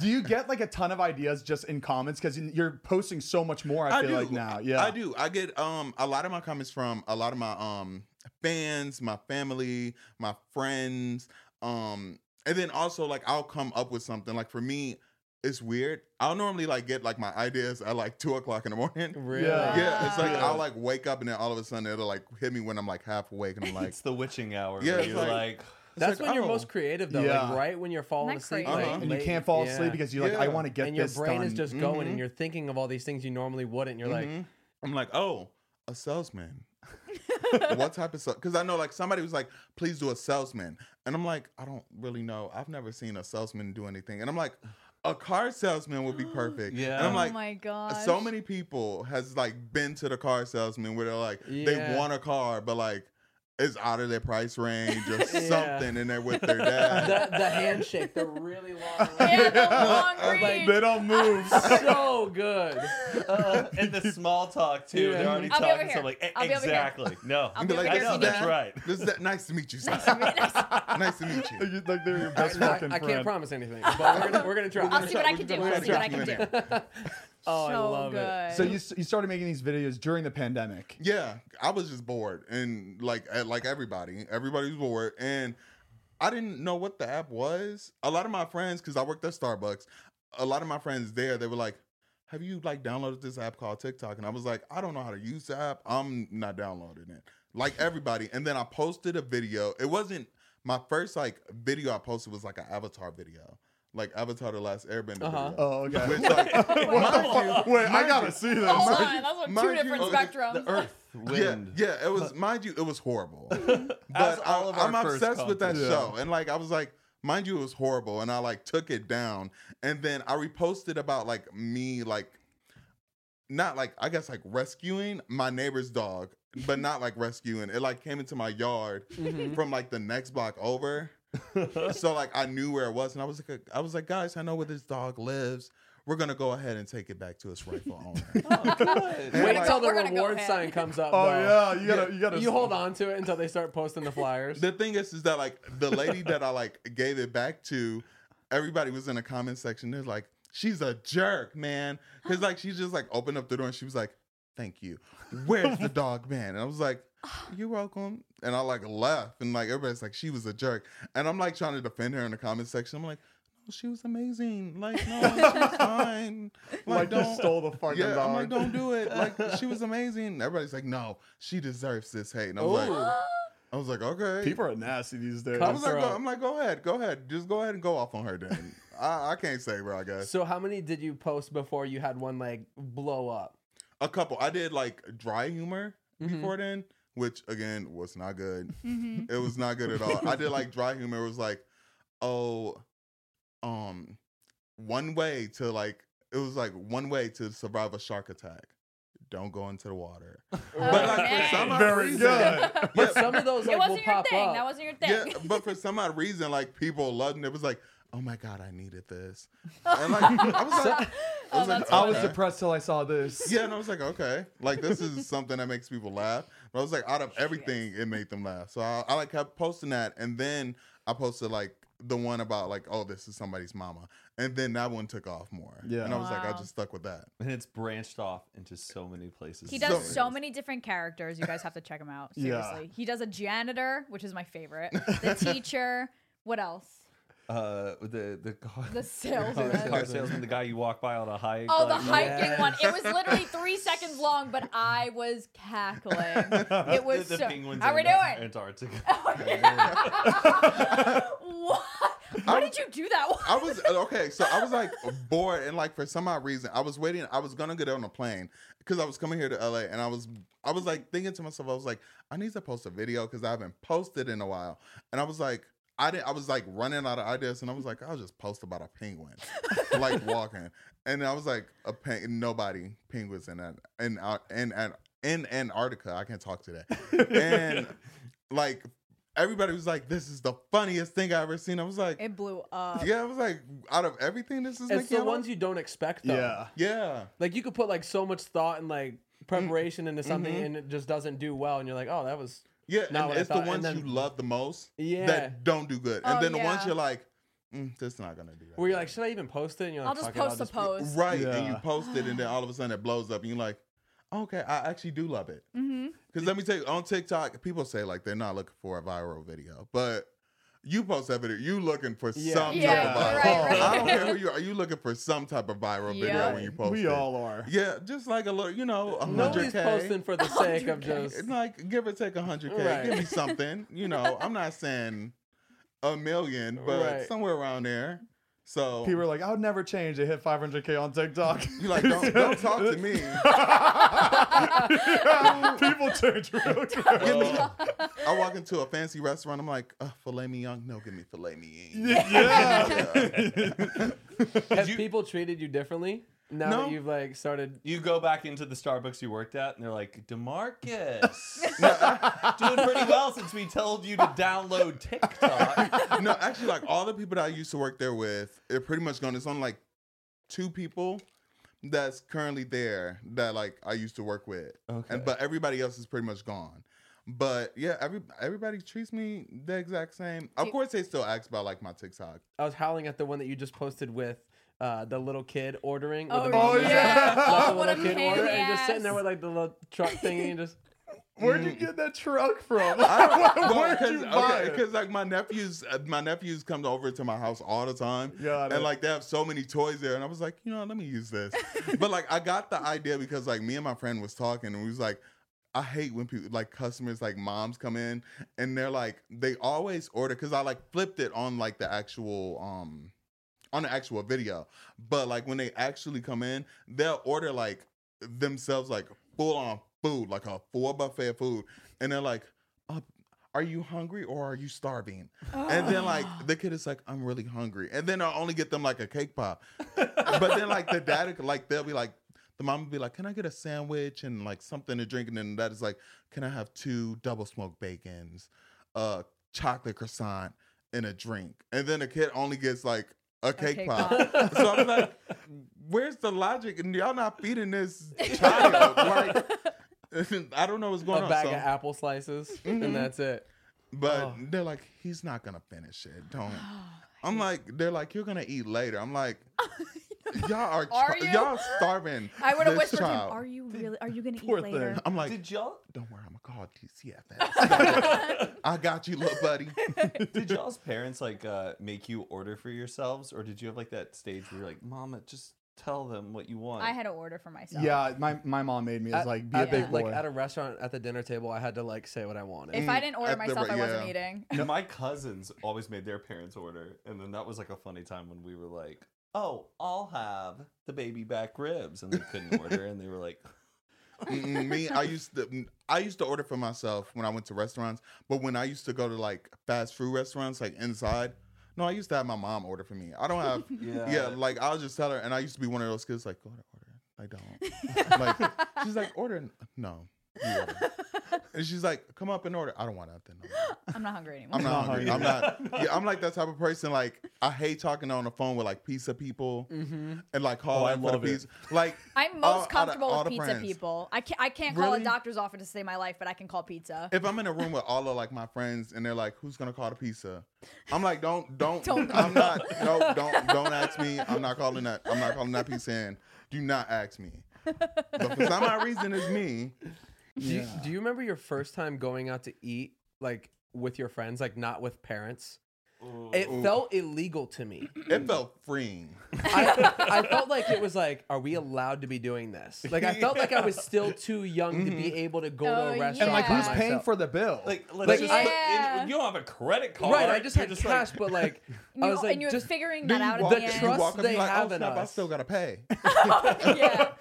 B: Do you get like a ton of ideas just in comments because you're posting so much more? I, feel like now, yeah,
E: I do. I get um a lot of my comments from a lot of my um fans, my family, my friends, um, and then also like I'll come up with something. Like for me, it's weird. I'll normally like get like my ideas at like two o'clock in the morning.
D: Really?
B: Yeah.
E: Yeah, it's like
A: Yeah.
E: I'll like wake up and then all of a sudden it'll like hit me when I'm like half awake and I'm like,
A: it's the witching hour.
E: Yeah,
A: where
E: it's
A: you're
E: like-
A: like,
D: That's
E: It's like,
D: when you're
E: oh.
D: most creative, though.
B: Yeah.
D: Like right when you're falling
C: Isn't that
D: asleep,
C: crazy?
D: like,
E: Uh-huh.
B: and you
D: late-
B: can't fall
D: yeah.
B: asleep because you're like, I
E: Yeah.
B: want to get
D: and your
B: this done.
D: brain
B: Mm-hmm.
D: is just going,
E: Mhm.
D: and you're thinking of all these things you normally wouldn't. You're like,
E: Mhm. I'm like, oh, a salesman. what type of because I know like somebody was like, please do a salesman, and I'm like, I don't really know. I've never seen a salesman do anything, and I'm like, a car salesman would be perfect.
A: Yeah.
E: and I'm
C: oh
E: like.
C: my god.
E: so many people has like been to the car salesman where they're like they
D: Yeah.
E: want a car but like it's out of their price range or
D: Yeah.
E: something and they're with their dad
D: the, the handshake, the really long.
C: Yeah,
D: handshake.
C: the long
D: Like,
C: reach.
B: They don't move.
D: so good.
A: uh, and the small talk too.
D: Yeah.
A: They're already
C: I'll be over
A: talking. So
C: here.
A: I'm like, "E-
C: I'll be over here.
A: exactly. No,
C: I'll be
E: like,
A: I
C: over here.
A: know
C: for
A: that's
C: that.
A: right.
E: This is that- nice to meet you sir.
C: Nice to meet- nice-
E: nice to meet you
B: like they're your
D: I,
B: best fucking
D: I can't
B: friend.
D: promise anything, but we're gonna, we're gonna try.
C: I'll see what I can do.
E: We're
C: I'll see what I can
E: gonna
C: do.
E: try
D: oh, I
C: so
D: love
C: good.
D: it.
B: So you, s- you started making these videos during the pandemic.
E: Yeah, I was just bored, and like uh, like everybody, everybody was bored, and I didn't know what the app was. A lot of my friends, because I worked at Starbucks, a lot of my friends there, they were like, "Have you like downloaded this app called TikTok?" And I was like, "I don't know how to use the app. I'm not downloading it." Like everybody, and then I posted a video. It wasn't my first like video I posted was like an avatar video, like Avatar: The Last Airbender.
D: Uh-huh.
E: Video.
B: Oh, okay.
E: Which, like, mind you-
B: Wait, I
E: mind
B: gotta
E: you-
B: see this.
C: Hold
E: Mind
C: on,
E: you-
C: those are two
E: mind you-
C: different spectrums.
A: The earth, wind.
E: yeah, yeah, it was. mind you, it was horrible.
A: As
E: but I,
A: all of our
E: I'm
A: first
E: obsessed with that
A: content.
E: show, and like I was like, mind you, it was horrible, and I like took it down, and then I reposted about like me like, not like I guess like rescuing my neighbor's dog, but not like rescuing. It like came into my yard
A: Mm-hmm.
E: from like the next block over, so like I knew where it was, and I was like, I was like, guys, I know where this dog lives. We're gonna go ahead and take it back to its rightful owner.
D: Wait
E: like-
D: till the
C: We're gonna go
D: reward
C: ahead.
D: sign comes up.
B: Oh
D: though.
B: yeah, you gotta you gotta
D: You hold on to it until they start posting the flyers.
E: The thing is, is that like the lady that I like gave it back to, everybody was in the comment section. They're like, "She's a jerk, man," because like she just like opened up the door and she was like, "Thank you." Where's the dog, man? And I was like, "You're welcome." And I like left, and like everybody's like, "She was a jerk," and I'm like trying to defend her in the comment section. I'm like. "No, She was amazing. Like, no, she's fine. Like,
B: Like,
E: don't
B: just stole the fucking
E: yeah,
B: dog.
E: I'm like, don't do it. Like, she was amazing. Everybody's like, no, she deserves this hate. And I was
D: Ooh.
E: like, I was like, okay.
B: People are nasty these days.
E: I was like, go,
D: Cutthroat.
E: I'm like, go ahead, go ahead, just go ahead and go off on her. Then I, I can't say where I
C: Uh,
E: guess
D: So how many did you post before you had one like blow up?
E: a couple. I did like dry humor
C: Mm-hmm.
D: Mm-hmm.
E: before then, which again was not good. It was not good at all. I did like dry humor. It was like, oh, um, one way to like it was like one way to survive a shark attack. Don't go into the water. But like
C: Okay.
E: for some odd
B: Very
E: reason-
B: good.
D: But some of those
C: it
D: like will
C: wasn't your
D: pop
C: thing.
D: up.
C: That wasn't your
E: Yeah,
C: thing.
E: but for some odd reason, like people loved it. It was like, oh my god, I needed this. And like I was like, I was, like,
C: Oh, that's
B: I was
E: okay.
B: depressed till I saw this.
E: Yeah, and I was like, okay, like this is something that makes people laugh. But I was like, out of everything, it made them laugh. So I, I like kept posting that, and then I posted like the one about like, oh, this is somebody's mama, and then that one took off more.
B: Yeah.
E: and I was like, I
C: Wow.
E: just stuck with that.
A: And it's branched off into so many places.
C: He
E: So-
C: does so many different characters. You guys have to check him out.
B: Yeah.
C: Seriously. He does a janitor, which is my favorite. The teacher. What else?
A: uh, the the car,
C: The salesman.
A: car, car salesman, the guy you walk by on a hike.
C: Oh, the
A: like,
C: hiking one. It was
A: Yes.
C: literally three seconds long, but I was cackling. It was
A: the, the
C: so.
A: penguins
C: How
A: in
C: we
A: the
C: doing?
A: Antarctica.
C: Oh, yeah. what? Why did you do that?
E: I was uh, okay, so I was like bored, and like for some odd reason, I was waiting. I was gonna get on a plane because I was coming here to LA, and I was I was like thinking to myself, I was like, I need to post a video because I haven't posted in a while, and I was like. I did, I was like running out of ideas, and I was like, I'll just post about a penguin, like walking, and I was like, a pen, nobody penguins in that in Ar- in An- in Antarctica. I can't talk today, and like everybody was like, this is the funniest thing I ever seen. I was like,
C: It blew up.
E: yeah, I was like, out of everything, this is
D: It's
E: Nick
D: the
E: Cannon?
D: ones you don't expect though.
B: Yeah. Mm.
E: Yeah,
D: Like you could put like so much thought and like preparation into something
C: Mm-hmm.
D: and it just doesn't do well and you're like, "Oh, that was
E: yeah.
D: Not
E: and
D: what I
E: it's
D: thought,
E: the
D: and
E: ones
D: then-
E: you love the most
D: Yeah.
E: that don't do good, and
C: Oh,
E: then the ones
C: yeah.
E: you're like, mm, this is not gonna do that.
D: Where you're like, "Should I even post it?" And you're like,
C: I'll just
D: "Fuck it, I'll
C: post the
D: be-"
C: post.
E: right? And you
B: Yeah.
E: post it, and then all of a sudden it blows up, and you're like, okay, I actually do love it.
C: Mm-hmm.
E: Because let me tell you, on TikTok, people say like they're not looking for a viral video, but you post that video, you looking for
D: Yeah.
E: some
C: Yeah,
E: type of viral.
C: right, right.
E: I don't care who you are, you looking for some type of viral
C: Yeah.
E: video when you post
B: we
E: it.
B: all are.
E: yeah, just like a little, you know, a hundred
D: Nobody's
E: k.
D: posting for the sake of just
E: It's like give or take a hundred k.
D: Right.
E: Give me something. You know, I'm not saying a million, but
D: Right.
E: somewhere around there. So
B: People are like, I would never change. They hit 500k on TikTok.
E: you like don't don't talk to me.
B: People change real quick.
E: You know, I walk into a fancy restaurant. I'm like, uh, filet mignon. No, give me filet mignon.
B: Yeah.
D: have people treated you differently now
E: No.
D: that you've like started
A: You go back into the Starbucks you worked at, and they're like, "Demarcus, doing pretty well since we told you to download TikTok."
E: no, actually, like all the people that I used to work there with, they're pretty much gone. It's only like two people that's currently there that like I used to work with.
A: Okay.
E: And but everybody else is pretty much gone. But yeah, every everybody treats me the exact same. Of course, they still ask about like my TikTok.
D: I was howling at the one that you just posted with uh, the little kid ordering.
C: Oh,
D: with the
C: yeah.
D: mom and
C: Yeah.
D: dad. Let
C: Oh,
D: the
C: what
D: little
C: a
D: kid
C: pain in
D: order
C: the
D: and just sitting there
C: ass.
D: with like the little truck thingy and just.
B: Where'd you get that truck from?
E: Well,
B: Where'd
E: cause,
B: you buy
E: okay,
B: it?
E: 'cause, like my nephews, uh, my nephews come over to my house all the time,
B: Got
E: and
B: it.
E: like they have so many toys there, and I was like, you know, what, let me use this. but like I got the idea because like me and my friend was talking, and we was like, I hate when people like customers like moms come in and they're like they always order because I like flipped it on like the actual um on the actual video, but like when they actually come in, they'll order like themselves like full on food, like a full buffet of food, and they're like, uh, "Are you hungry or are you starving?" And then like the kid is like, "I'm really hungry," and then I'll only get them like a cake pop. but then like the dad, like they'll be like, the mom will be like, "Can I get a sandwich and like something to drink?" And then that is like, "Can I have two double smoked bacons, a chocolate croissant, and a drink?" And then the kid only gets like. A cake,
C: cake
E: pop. so I'm like, where's the logic? And y'all not feeding this child. like, I don't know what's going
D: A
E: on.
D: bag
E: so-
D: of apple slices,
C: Mm-hmm.
D: and that's it.
E: but
C: Oh.
E: they're like, he's not gonna finish it. Don't. I'm like, they're like, you're gonna eat later. I'm like, y'all are,
C: Are
E: chi-
C: you?
E: y'all starving.
C: I would have
E: this
C: whispered to him,
E: child."
C: "Are you really? Are you gonna
B: Poor
C: eat later?"
B: thing.
E: I'm like,
A: Did y'all
E: don't worry, I'm gonna call DCFS. I got you, little buddy.
A: did y'all's parents like uh, make you order for yourselves, or did you have like that stage where you're like, "Mama, just tell them what you want"?
C: I had to order for myself.
B: Yeah, my, my mom made me. It's like, be a
D: at,
B: big boy.
D: like at a restaurant at the dinner table, I had to like say what I wanted.
C: If I didn't order
E: Mm. at the
C: myself,
E: re-
C: I wasn't
E: yeah.
C: eating.
A: My cousins always made their parents order, and then that was like a funny time when we were like, "Oh, I'll have the baby back ribs," and they couldn't order, and they were like,
E: Mm-mm, me, I used to mm, I used to order for myself when I went to restaurants, but when I used to go to like fast food restaurants, like inside, no, I used to have my mom order for me. I don't have yeah, like I'll just tell her and I used to be one of those kids like, go to order. I don't. like she's like, order no. You order. And she's like, come up and order. I don't want nothing. No more.
C: I'm not hungry anymore.
E: I'm not hungry. I'm not. Yeah, I'm like that type of person. Like I hate talking on the phone with like pizza people and like
A: Oh, I
E: calling for the
A: love it.
E: pizza. Like
C: I'm
E: all- out
C: most
E: of-
C: comfortable
E: all
C: with
E: the
C: pizza
E: friends.
C: people. I can't, I can't call
E: Really?
C: a doctor's office to save my life, but I can call pizza.
E: if I'm in a room with all of like my friends and they're like, "Who's gonna call the pizza?" I'm like, "Don't, don't,
C: Don't.
E: I'm not. No, don't, don't ask me. I'm not calling that. I'm not calling that pizza in. Do not ask me." But for some odd reason, it's me.
D: Do, you, do you remember your first time going out to eat like with your friends, like not with parents? It felt illegal to me.
E: It felt freeing.
D: I, I felt like it was like, are we allowed to be doing this? Like I felt like I was still too young to be able to go
C: Oh,
D: to a
C: yeah.
D: restaurant.
B: And like,
D: by
B: who's paying
D: myself.
B: for the bill?
A: Like, let's
D: Like,
A: just
D: I-
A: put
C: Yeah.
A: in, you don't have a credit card.
D: Right, I just
A: You're
D: had cash,
A: like,
D: but like
C: You,
D: I was like,
C: and you're
D: just
C: figuring
E: Do
C: that out at
E: you walk,
C: the
D: the
C: end.
E: you walk
D: trust
E: up, you
D: they
E: like,
D: have
E: oh
D: in
E: snap, I
D: us."
E: still gotta pay.
C: yeah.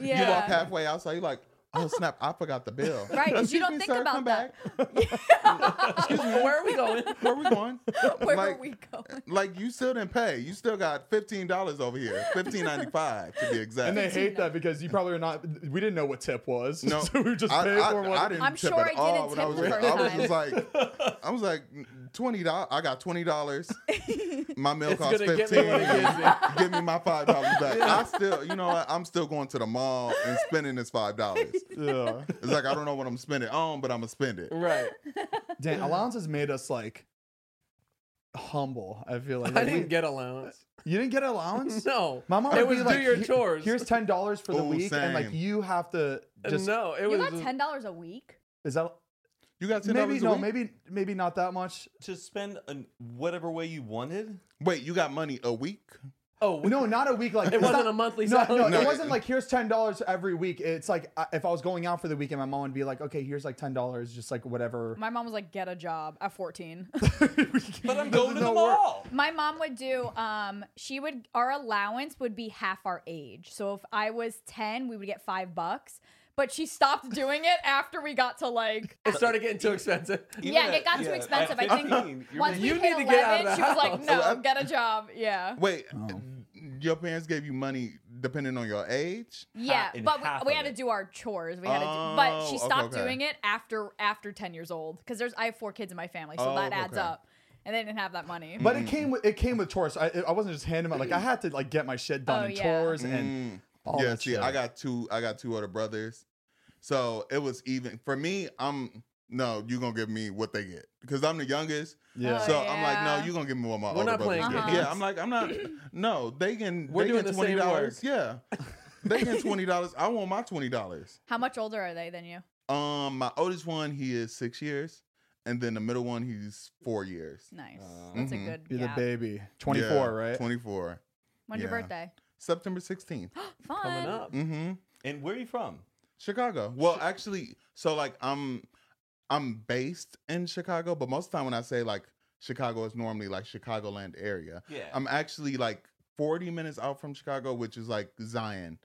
C: yeah.
E: You walk halfway outside, you're like, oh snap, I forgot the bill.
C: Right, 'cause you
E: Excuse
C: don't
E: me,
C: think
E: sir,
C: about
E: come
C: that.
E: back.
D: where are we going?
E: Where we going?
C: Where
E: like,
C: were we going?
E: Like you still didn't pay. You still got fifteen dollars over here, fifteen ninety five to be exact.
B: and they hate that because you probably are not. We didn't know what tip was,
E: No,
B: so we were just
E: I,
B: paying
E: I,
B: for what.
E: I didn't
C: I'm
E: tip
C: sure
E: at
C: I didn't
E: all when
C: tip
E: I was
C: the
E: there.
C: first
E: I was just
C: time.
E: like, I was like twenty dollars. I got twenty dollars. My meal
D: It's
E: cost
D: gonna
E: fifteen.
D: get me what it gives me.
E: Give me my five dollars back. I still, you know, what? I'm still going to the mall and spending this five dollars.
B: yeah.
E: It's like I don't know what I'm spending on, but I'm gonna spend it.
D: Right.
B: Dan, allowance has made us like humble. I feel like,
D: I
B: Like, we-
D: didn't get allowance.
B: You didn't get allowance.
D: No.
B: My mom
D: it
B: would
D: was
B: be
D: do
B: like,
D: your
B: "Here-
D: chores.
B: Here's ten dollars for the
E: Ooh,
B: week, and like
E: Oh, same.
B: you have to just.
D: no, it
C: You
D: was
C: got ten dollars a week.
B: Is that
E: You got ten
B: maybe
E: dollars a
B: no?
E: week?
B: Maybe maybe not that much.
A: to spend an, whatever way you wanted.
E: Wait, you got money a week?
D: Oh,
B: No, not a week. Like
D: It
B: it's
D: wasn't
B: not-
D: a monthly
B: No, no,
D: salary.
E: No,
B: it
E: it-
B: wasn't like here's ten dollars every week. It's like I, if I was going out for the weekend, my mom would be like, okay, here's like ten dollars, just like whatever.
C: My mom was like, "Get a job at 14."
A: But I'm going to the
B: no work.
A: mall.
C: My mom would do. Um, she would. Our allowance would be half our age. So if I was 10, we would get five bucks. But she stopped doing it after we got to like.
D: it started getting too expensive.
C: yeah, and it got too expensive. I think once
D: You
C: we hit
D: need to get out of
C: 11,
D: the
C: she was like,
D: house.
C: "No, get a job." Yeah.
E: Wait,
B: Oh.
E: your parents gave you money depending on your age?
C: Yeah,
A: in
C: but we,
A: half
C: we
A: of
C: had to
A: it.
C: do our chores. We had to, do, but
E: Oh,
C: she
E: okay,
C: stopped
E: okay.
C: doing it after after ten years old because there's I have four kids in my family, so
E: Oh,
C: that adds
E: okay.
C: up, and they didn't have that money.
B: But it
E: Mm.
B: came with it came with chores. I I wasn't just handing out. Like I had to like get my shit done
C: Oh,
B: in
C: yeah.
B: chores and all
E: Mm. yeah,
B: that
E: see,
B: shit.
E: I got two I got two other brothers. So it was even for me, I'm no, you're gonna give me what they get. Because I'm the youngest.
C: Oh,
B: Oh, Yeah.
E: So I'm like,
C: yeah.
E: no, you're gonna give me what my
D: We're
E: older
D: not
E: brothers
D: playing
E: get.
C: games.
E: Yeah, I'm like, I'm not no, they can
D: We're
E: they
D: doing the
E: get
D: same
E: twenty dollars. Yeah. They get twenty dollars. I want my twenty dollars.
C: How much older are they than you?
E: Um my oldest one, he is six years, and then the middle one he's four years.
C: Nice, that's
E: mhm.
C: a good.
B: You're
C: yeah.
B: the baby. 24,
E: Yeah,
B: right?
E: Twenty four.
C: When's your
E: yeah.
C: birthday?
E: September sixteenth.
C: Fun.
D: Coming up.
E: mm-hmm.
A: And where are you from?
E: Chicago. Well, actually, so like I'm I'm based in Chicago, but most of the time when I say like Chicago is normally like Chicagoland area.
A: Yeah.
E: I'm actually like 40 minutes out from Chicago, which is like Zion.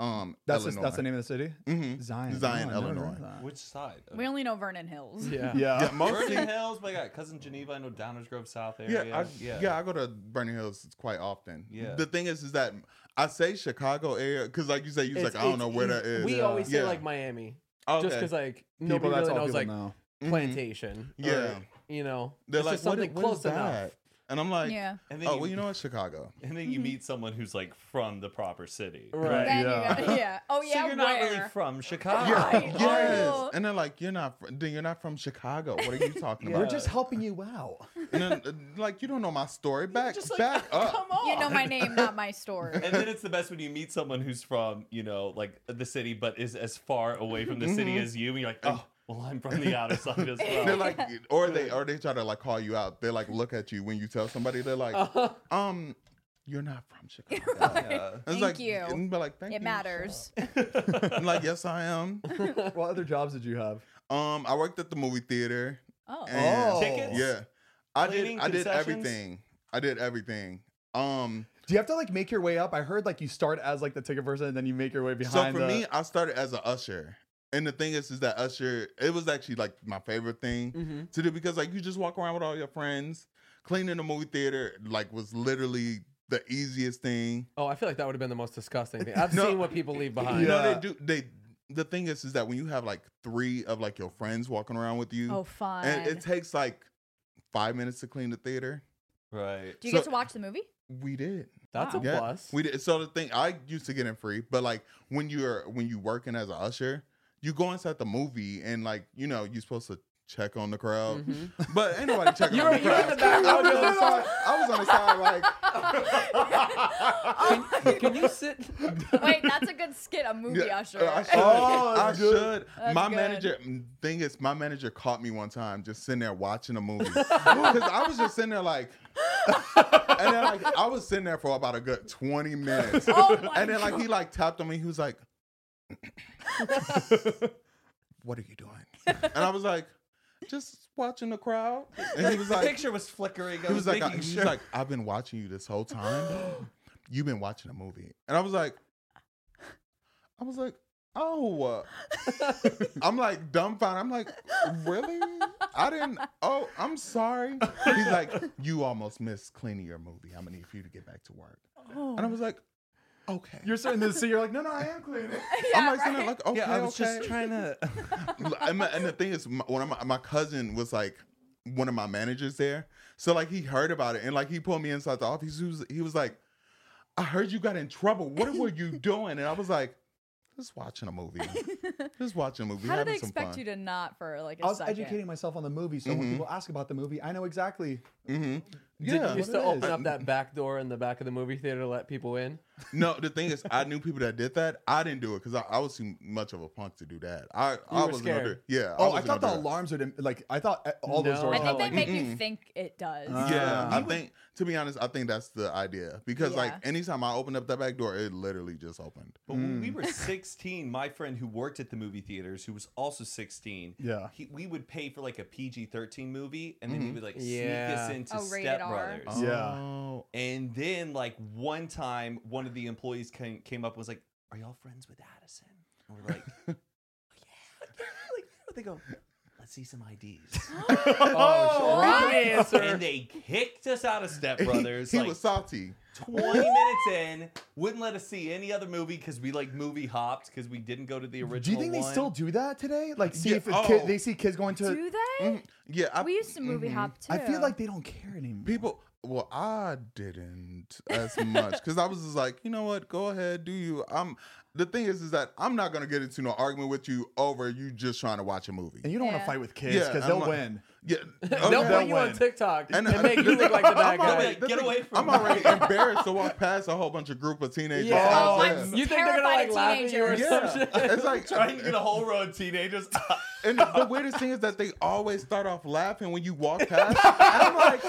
E: Um
B: That's just,
E: Illinois.
B: that's the name of the city.
E: Mhm.
B: Zion.
E: Zion,
B: Oh, I never heard
E: Illinois.
B: of that.
A: Which side? of-
C: We only know Vernon Hills.
D: Yeah.
B: Yeah.
E: Yeah, mostly
A: Vernon Hills, but I got cousin Geneva. I know Downers Grove South
E: yeah,
A: area.
E: I, yeah, I go to Burning Hills quite often.
A: Yeah.
E: The thing is, is that I say Chicago area because, like you say, you was
D: It's-
E: like, I don't
D: it's
E: know where
D: easy.
E: that is.
D: We
B: Yeah.
D: always say
E: Yeah.
D: like Miami,
E: okay.
D: just because like
B: People,
D: nobody
B: that's
D: really
B: all
D: knows
B: people
D: like
B: know.
D: plantation.
E: Yeah.
D: or, you know,
E: They're
D: it's
E: like,
D: just
E: what,
D: something
E: what is
D: close enough.
E: that? And I'm like,
C: Yeah.
A: And then
E: oh, well, you know what? Chicago.
A: And then you
C: Mm-hmm.
A: meet someone who's like from the proper city.
D: Right.
C: Then
B: Yeah.
C: You got, yeah. Oh yeah.
A: so you're
C: where?
A: not really from Chicago.
C: Right.
E: Yes.
C: Oh.
E: And they're like, you're not, fr- then you're not from Chicago. What are you talking
B: We're
E: about?
B: just helping you out.
E: and then, uh, like, you don't know my story. Back,
A: Just like,
E: back up.
A: come on.
C: You know my name, not my story.
A: And then it's the best when you meet someone who's from, you know, like the city, but is as far away from the city as you. And you're like, oh, well, I'm from the outer side as well.
E: They're like, or they, or they try to like call you out. They like look at you when you tell somebody. They're like, um, you're not from Chicago. And
C: Thank
E: like,
C: you.
E: And be like, thank you.
C: It matters.
E: I'm like, yes, I am.
B: what other jobs did you have?
E: Um, I worked at the movie theater.
C: Oh.
E: and-
A: Tickets?
E: Yeah, I did.
A: Cleaning,
E: I did
A: concessions?
E: everything. I did everything. Um.
B: Do you have to like make your way up? I heard like you start as like the ticket person and then you make your way
E: So
B: behind.
E: for
B: the-
E: me, I started as an usher, and the thing is, is that usher it was actually like my favorite thing
D: Mm.
C: Mm-hmm.
E: to do because like you just walk around with all your friends, cleaning the movie theater like was literally the easiest thing.
D: Oh, I feel like that would have been the most disgusting thing. I've
E: No.
D: seen what people leave
E: You
D: behind.
B: Yeah.
E: know they do they. The thing is, is that when you have like three of like your friends walking around with you,
C: Oh, fun.
E: and it takes like five minutes to clean the theater.
A: right.
C: Do you
E: so-
C: get to watch the movie?
E: We did.
D: That's a
E: Yeah,
D: plus.
E: we did. So the thing I used to get in free, but like when you're when you working as a usher, you go inside the movie and like you know you're supposed to check on the crowd. But ain't nobody checking
D: You
E: on
D: were- Mm-hmm.
E: the
D: you were in
E: crowd.
D: the background
E: I, was on
D: doing
E: the side, I was on the side
D: Can,
E: like,
D: can you sit?
C: Wait, that's a good skit. A movie
E: Yeah, uh,
C: usher.
E: I should.
B: Oh,
E: I
B: that's good.
E: should.
C: That's
E: my
C: good.
E: manager thing is, my manager caught me one time just sitting there watching a movie because I was just sitting there like, and then like I was sitting there for about a good twenty minutes,
C: Oh my
E: and then like he like tapped on me. He was like, "What are you doing?" And I was like, "Just watching the crowd." And he was
A: the
E: like,
A: picture was flickering. I
E: he
A: was,
E: was like, I,
A: making
E: he's
A: sure.
E: like, I've been watching you this whole time. You've been watching a movie, and I was like, I was like, oh, I'm like dumbfounded. I'm like, really? I didn't. Oh, I'm sorry. He's like, you almost missed cleaning your movie. I'm gonna need for you to get back to work. And I was like, okay.
B: You're starting to see. You're like, no, no, I am cleaning.
E: I'm like, sitting there like, okay,
A: yeah, I was
E: okay.
A: just trying to.
E: and, my- and the thing is, my, one of my, my cousin was like one of my managers there, so like he heard about it and like he pulled me inside the office. He was, he was like, "I heard you got in trouble. What were you doing?" And I was like, "Just watching a movie. Just watching a movie.
C: How do
E: having
C: they
E: some
C: expect
E: fun."
C: you to not for like a
B: I was
C: second?
B: educating myself on the movie, so
E: Mm-hmm.
B: when people ask about the movie, I know exactly.
E: Yeah.
D: Did you used
B: What
D: to
B: it
D: open
B: is.
D: up that back door in the back of the movie theater to let people in?
E: No, the thing is, I knew people that did that. I didn't do it because I, I was too much of a punk to do that. I, I
D: were
E: was
D: scared.
E: Under, yeah.
B: Oh, I,
E: wasn't
B: thought the
E: gonna do that.
B: alarms would like. I thought uh, all those
D: No.
B: doors.
C: I
D: Oh,
C: think
B: were
C: they
B: like-
C: make you think it does.
E: Yeah,
B: uh,
E: I think to be honest, I think that's the idea because like
C: Yeah.
E: anytime I opened up that back door, it literally just opened.
A: But when we were 16, my friend who worked at the movie theaters, who was also 16,
B: Yeah.
A: he, we would pay for like a PG 13 movie, and then he would like sneak
D: Yeah.
A: us into
C: Oh, rated
A: Step
C: R.
A: Brothers.
B: Yeah.
E: Oh,
A: And then, like one time, one of the employees came, came up and was like, "Are y'all friends with Addison?" And we're like, "Oh, "Yeah, yeah." Like, yeah." they go, "Let's see some IDs."
D: Oh,
C: Wrong
A: and they kicked us out of Step Brothers.
E: He,
A: like,
E: was salty.
A: 20 minutes in, wouldn't let us see any other movie because we like movie hopped because we didn't go to the original.
B: Do you think they
A: one.
B: still do that today? Like, see
E: Yeah,
B: if a kid,
E: oh.
B: they see kids going to.
C: Do they?
E: Mm-hmm. Yeah, mm, I, mm-hmm.
C: We used to movie hop too.
B: I feel like they don't care anymore.
E: people. Well, I didn't as much because I was just like, you know what? Go ahead, do you? I'm. The thing is, is that I'm not gonna get into no argument with you over you just trying to watch a movie.
B: and you don't want
C: Yeah.
B: to fight with kids because
E: I'm
B: they'll
E: like-
B: win.
E: Yeah,
D: They'll
E: okay.
D: put you on
B: win.
D: TikTok and,
E: And-
D: make you look like the bad
E: I'm
D: guy.
E: already- the
A: Get
E: thing-
A: away from
E: I'm
A: me.
E: already embarrassed to walk past a whole bunch of group of teenagers.
D: Yeah.
E: How's
C: Oh, I'm
E: that?
D: You think they're gonna
C: Terrified
D: like
C: of
D: laugh at you or
C: teenagers.
D: some shit?
E: it's like
A: trying to get a whole row of teenagers.
E: And the, the weirdest thing is that they always start off laughing when you walk past. And I'm like,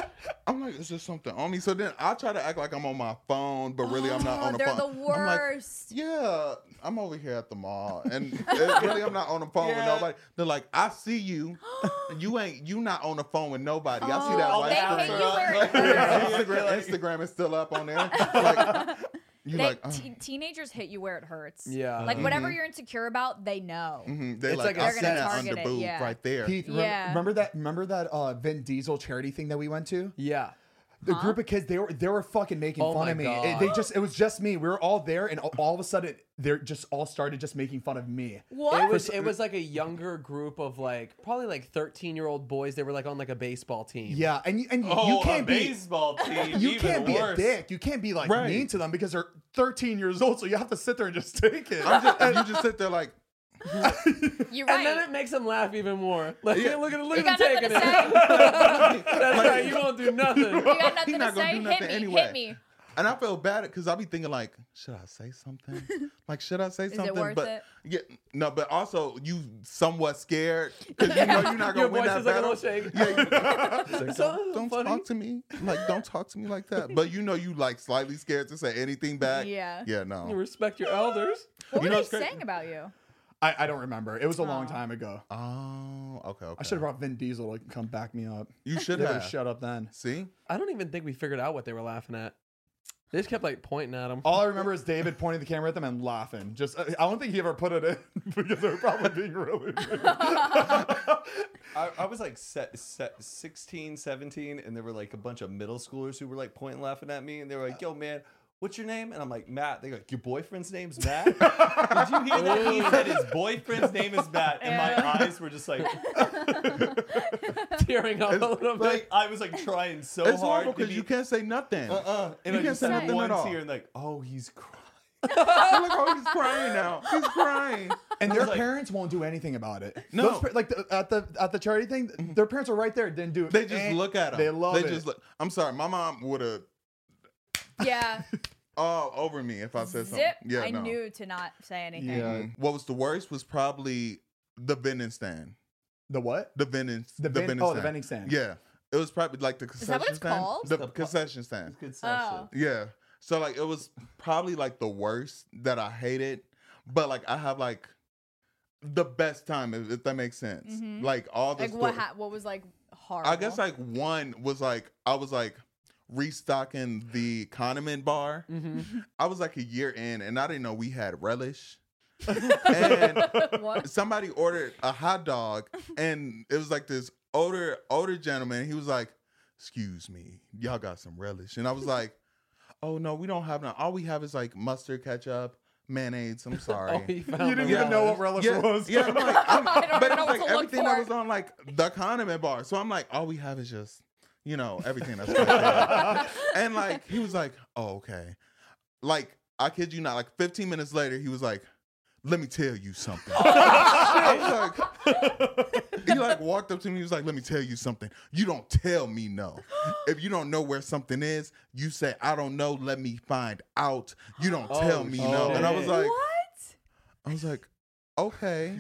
E: I'm like, is there something on me? So then I try to act like I'm on my phone, but really I'm not
C: Oh,
E: on the
C: they're
E: phone.
C: the
E: I'm like,
C: worst.
E: yeah, I'm over here at the mall, and it- really I'm not on the phone
A: Yeah.
E: with nobody. They're like, I see you. You ain't you not on the phone with nobody. I see
C: Oh,
E: that
C: they
E: white
C: think
E: screen.
C: you were-
E: Instagram, Instagram is still up on there. Like, you
C: They,
E: like, Mm-hmm. uh,
C: te- teenagers hit you where it hurts.
D: Yeah.
C: Like whatever you're insecure about, they know.
E: mhm, they
D: It's like
E: like, I
D: they're
E: see
C: gonna
E: that
C: target
E: under
C: it,
E: boob
C: yeah.
E: right there.
B: Heath, remember,
C: Yeah.
B: remember that? Remember that uh, Vin Diesel charity thing that we went to?
D: Yeah.
B: The group of kids, they were they were fucking making
D: Oh
B: fun
D: my
B: of me.
D: God.
B: It, they just it was just me. We were all there, and all, all of a sudden, they're just all started just making fun of me.
C: What?
D: It was it was like a younger group of like probably like 13 year old boys. They were like on like a baseball team.
B: Yeah, and you and
A: oh,
B: you can't
A: a
B: be
A: baseball team.
B: you
A: even
B: can't be
A: worse.
B: a dick. You can't be like
E: Right.
B: mean to them because they're 13 years old. So you have to sit there and just take it.
E: I'm just, and you just sit there like,
C: You're
D: And
C: right.
D: then it makes them laugh even more. Like look at look
C: you
D: at them
C: got
D: taking
C: nothing
D: it.
C: to say.
D: That's right. You won't do nothing.
C: You got nothing
E: He
C: to
E: not gonna
C: say.
E: do
C: Hit
E: nothing
C: me.
E: anyway.
C: Hit me.
E: And I feel bad because I'll be thinking like, should I say something? like, should I say
C: it
E: something?
C: worth
E: but
C: it?
E: yeah, no. But also, you somewhat scared because you know you're not gonna
D: Your
E: win
D: voice is
E: that
D: like a
E: battle.
D: little shake.
E: Like,
D: So
E: don't don't
D: funny.
E: talk to me. Like, don't talk to me like that. But you know, you like slightly scared to say anything back.
C: Yeah.
E: Yeah.
D: You
E: No.
D: respect your elders.
C: What were
E: You know
C: they
E: what's crazy?
C: saying about you?
B: I, I don't remember. It was a long time ago.
E: Oh. Okay. Okay.
B: I should have brought Vin Diesel to come back me up.
E: You should
B: They would
E: have.
B: have shut up then.
E: See.
D: I don't even think we figured out what they were laughing at. They just kept like pointing at
E: Oh,
D: them.
B: All I remember is David pointing the camera at them and laughing. Just uh, I don't think he ever put it in because they were probably being really. mean.
A: I, I was like se- se- 16, 17, and there were like a bunch of middle schoolers who were like pointing laughing at me, and they were like, yo, man, what's your name? And I'm like, Matt. They go, your boyfriend's name's Matt? Did you hear that? He said his boyfriend's name is Matt, and
C: Yeah.
A: my eyes were just like,
D: tearing up a little
A: like
D: bit.
A: I was like trying so
E: It's
A: hard
E: horrible
A: to
E: because
A: be,
E: you can't say nothing.
A: uh-uh, and
E: you
A: I
E: can't
A: just
E: say
A: had
E: nothing
A: one
E: at all.
A: tear and like, oh, he's crying.
E: Look, oh, he's crying now. He's crying.
B: And their
A: like-
B: parents won't do anything about it.
E: No. Mm-hmm.
B: Those pa- like the, at the at the charity thing, their parents are right there. Didn't do it.
E: They just
B: Eh,
E: look at them.
B: They love
E: they
B: it.
E: Just look, I'm sorry, my mom would have
C: Yeah.
E: all over me if I said something.
C: Zip.
E: Yeah,
C: I
E: no.
C: knew to not say anything.
B: Yeah.
E: Mhm. What was the worst was probably the vending stand.
B: the what?
E: The vending.
B: The,
E: the
B: vend-
E: vending
B: oh,
E: stand.
B: the vending stand.
E: Yeah, it was probably like the
C: that
E: concession
C: what it's
E: stand.
C: called?
E: The,
A: The pu-
E: concession stand.
A: It's good
C: Oh.
A: session.
E: Yeah. So like it was probably like the worst that I hated, but like I have like the best time if, if that makes sense.
C: Mhm.
E: Like all the
C: Like what?
E: sto-
C: Ha- what was like hard?
E: I guess like one was like I was like restocking the condiment bar. I was like a year in and I didn't know we had relish. and
C: what?
E: somebody ordered a hot dog and it was like this older older gentleman he was like excuse me y'all got some relish and i was like oh no we don't have none all we have is like mustard ketchup mayonnaise i'm sorry
D: Oh, he found
B: You didn't
D: the
B: even know what relish
D: relish.
E: yeah,
B: was.
E: yeah, I'm like, I'm,
C: I don't
E: but
C: know what to
E: it was like
C: look
E: everything
C: for.
E: that was on like the condiment bar. So I'm like, all we have is just, you know, everything that's right there. and like he was like, oh okay, like I kid you not, like 15 minutes later he was like, let me tell you something.
D: Oh,
E: I was like, he like walked up to me. He was like, let me tell you something. You don't tell me no. If you don't know where something is, you say I don't know. Let me find out. You don't
D: Oh,
E: tell me no. And I was
D: shit.
E: like,
C: what?
E: I was like, okay.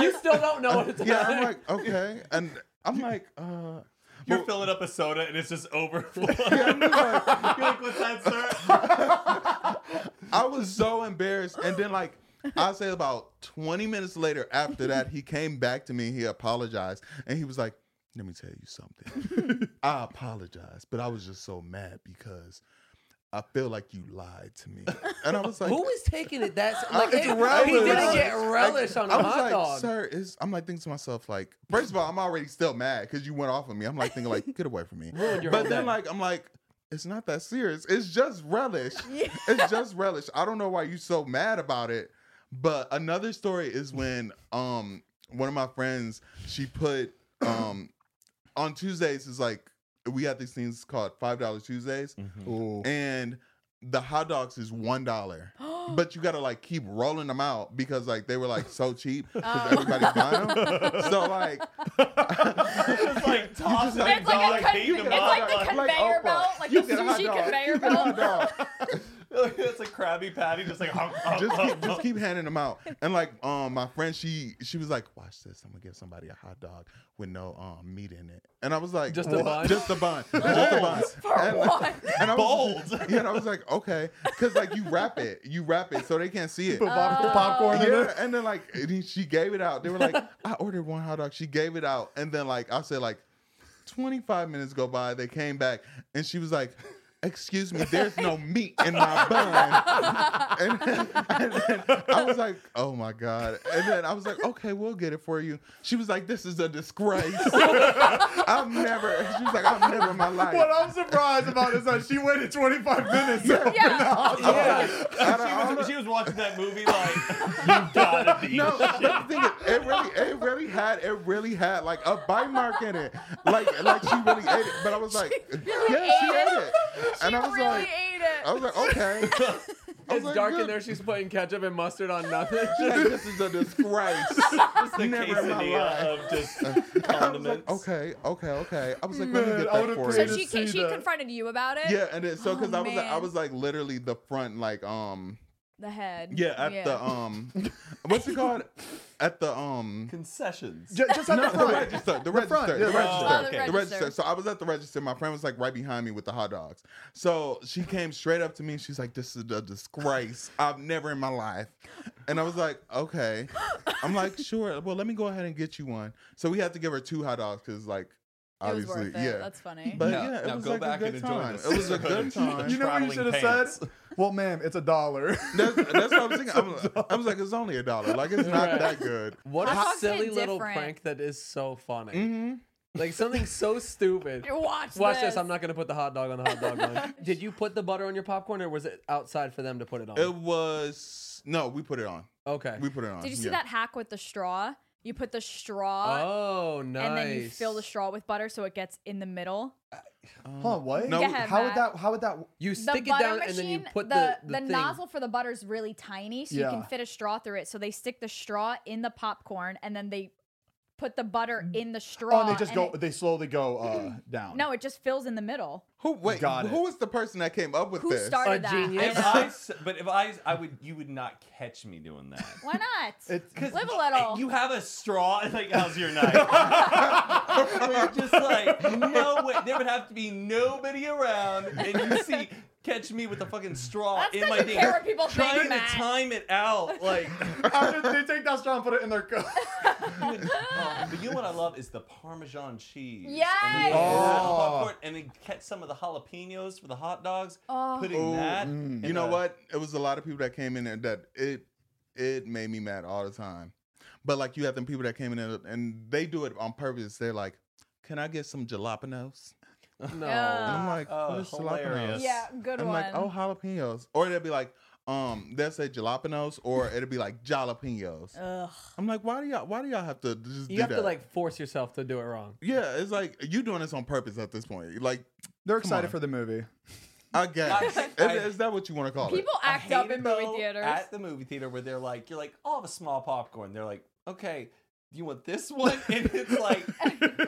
D: You still don't know what it's
E: Yeah, I'm
D: about.
E: like, okay. And I'm like, uh
A: You're
E: Well-
A: filling up a soda and it's just overflowing. You're like, what's that, sir?
E: I was so embarrassed. And then like I say about 20 minutes later after that, he came back to me, he apologized, and he was like, Let me tell you something. I apologize, but I was just so mad because I feel like you lied to me. And I was like,
D: Who is taking it? That's
E: I-
D: like
E: it's
D: it-
E: relish.
D: he didn't
E: Like,
D: get relish on a
E: I was
D: hot
E: like,
D: dog.
E: sir. Is I'm like thinking to myself, like, first of all, I'm already still mad because you went off on me. I'm like thinking, like, get away from me.
D: Ruined your
E: But
D: whole
E: then,
D: day.
E: like, I'm like, it's not that serious. It's just relish. It's just relish. I don't know why you so mad about it. But another story is when um one of my friends she put um on Tuesdays is like we have these things called five dollar Tuesdays
B: Ooh.
E: and the hot dogs is one dollar but you gotta like keep rolling them out because like they were like so cheap
C: Oh.
E: because everybody's buying them so like
A: It's like toss a
C: It's
E: just- It's
C: like,
A: dog,
C: a con-
A: beat
C: it's
A: them
C: like
A: up.
C: the
E: Like
C: conveyor
E: Oprah.
C: belt, like
E: You
C: the
E: get a hot
C: sushi
E: dog.
C: conveyor
E: You get a hot
C: belt.
E: dog.
A: it's a Krabby Patty, just like hum, hum,
E: just
A: hum,
E: keep, just
A: hum.
E: keep handing them out. And like, um, my friend, she she was like, "Watch this, I'm gonna give somebody a hot dog with no um meat in it." And I was like,
D: Just a
E: "What?
D: bun?
E: just a bun, just a bun."
C: For
E: and,
C: what?
E: and I was,
A: Bold.
E: Yeah, and I was like, "Okay," because like you wrap it, you wrap it so they can't see it.
B: Put pop- popcorn in
E: Yeah,
B: it.
E: and then like and then she gave it out. They were like, "I ordered one hot dog." She gave it out, and then like I said, like twenty five minutes go by. They came back, and she was like. Excuse me, there's no meat in my bun. And then, and then I was like, oh my God. And then I was like, okay, we'll get it for you. She was like, this is a disgrace. I've never, she was like, I've never in my life.
B: What I'm surprised about is that she waited 25 minutes. to
C: Yeah.
D: yeah.
E: Out of
A: She
E: all the-
A: was, she was watching that movie like, you gotta be.
E: No, but the thing is, it really, it really had, it really had like a bite mark in it, like, like she really ate it. But I was like, yeah, she ate it, and I was
C: really
E: like,
C: ate
E: I
C: it.
E: was like, okay. I was
D: It's
E: like,
D: dark in
E: good.
D: there. She's putting ketchup and mustard on nothing.
E: She's like, this is a disgrace.
A: Just the
E: never in my
A: quesadilla
E: life.
A: of just
E: I was like,
A: condiments.
E: okay, okay, okay. I was like, let me
B: Man,
E: get
B: I
E: that
B: would've
E: for
B: paid
E: you.
C: So
B: to
C: she
B: see
C: ca- she
B: that.
C: confronted you about it.
E: Yeah, and then so because
C: Oh,
E: I was like I
C: man.
E: was like literally the front like um
C: The head.
E: yeah at the um what's it called at the um
A: Concessions.
B: Ju- Just at the
E: the
B: front.
E: register the register
B: front,
E: the,
B: yeah, the
E: register
A: front. Oh,
E: the
A: the
E: register.
C: register.
E: so I was at the register my friend was like right behind me with the hot dogs so she came straight up to me and she's like this is a disgrace I've never in my life and I was like okay I'm like sure well let me go ahead and get you one so we had to give her two hot dogs because like
C: It was
E: obviously
C: worth it.
E: yeah
C: That's funny.
E: but
A: No,
E: yeah it
A: now
E: was
A: go
E: like
A: back
E: a good
A: and enjoy
E: time
A: this.
E: it was a good time
B: You know what you should
A: Traveling
B: have
A: pants.
B: said? Well, ma'am, it's a dollar.
E: That's, that's what I'm thinking. I'm, I was like, it's only a dollar. Like, it's not
D: Right.
E: that good.
D: What
C: Hot
D: a
C: dogs
D: silly
C: hit
D: little
C: different.
D: prank that is so funny.
E: Mm-hmm.
D: Like something so stupid.
C: Watch,
D: Watch
C: this.
D: this. I'm not gonna put the hot dog on the hot dog line. Did you put the butter on your popcorn, or was it outside for them to put it on?
E: It was no. We put it on.
D: okay.
E: We put it on.
C: Did you see
E: Yeah.
C: that hack with the straw? You put the straw
D: Oh, nice.
C: and then you fill the straw with butter so it gets in the middle.
B: Huh? What?
E: No, Go
C: ahead,
B: how would
C: Matt.
B: that? oh, How would that?
D: You
C: the
D: stick it
C: butter
D: down
C: machine,
D: and then you put the
C: the,
D: thing.
C: nozzle for the butter's really tiny, so you can
B: Yeah.
C: fit a straw through it. So they stick the straw in the popcorn, and then they put the butter in the straw.
B: Oh, and they just go.
C: it-
B: they slowly go uh, down.
C: no, it just fills in the middle.
E: Who wait?
B: Got
E: who
B: it.
E: was the person that came up with
C: Who
E: this?
C: started
D: A
C: that?
D: genius.
A: If
C: I know.
A: I, s- but if I, s- I would, you would not catch me doing that.
C: Why not?
B: It's- 'Cause
C: Live a little.
A: You have a straw. Like, how's your night? We're just like, no way. There would have to be nobody around, and you see, catch me with a fucking straw
C: That's
A: in
C: not
A: my
C: your
A: thing,
C: favorite people think,
A: trying to
C: Matt.
A: time it out. Like,
B: After they take that straw and put it in their coat.
A: Oh, but you know what I love is the Parmesan cheese.
C: Yes!
A: And, the-
B: Oh.
A: popcorn, and then catch some of the jalapenos for the hot dogs.
C: Oh.
A: Putting
E: Ooh,
A: that.
B: mm.
A: in
E: You know
A: a-
E: what? It was a lot of people that came in there that it it made me mad all the time. But like you have them people that came in there and they do it on purpose. They're like, "Can I get some jalapenos?"
D: No.
C: Yeah.
D: Uh,
E: I'm like,
A: Oh,
E: "What is
A: hilarious.
E: jalapenos?"
C: yeah, good
E: I'm
C: one.
E: like, "Oh, jalapenos," or they'll be like, "Um, they'll say jalapenos," or it'll be like jalapenos.
C: Ugh.
E: I'm like, "Why do y'all? Why do y'all have to just
D: You
E: do
D: have
E: that?"
D: to like force yourself to do it wrong.
E: yeah, it's like you doing this on purpose at this point. Like,
B: They're
E: Come
B: excited
E: on.
B: for the movie.
E: I guess
A: I-
E: is,
A: I-
E: is that what you want to call
C: People
A: I
C: act up
A: hate it,
C: in movie
A: though,
C: theaters.
A: At the movie theater where they're like, you're like, I'll have a small popcorn. They're like, okay, do you want this one? And it's like,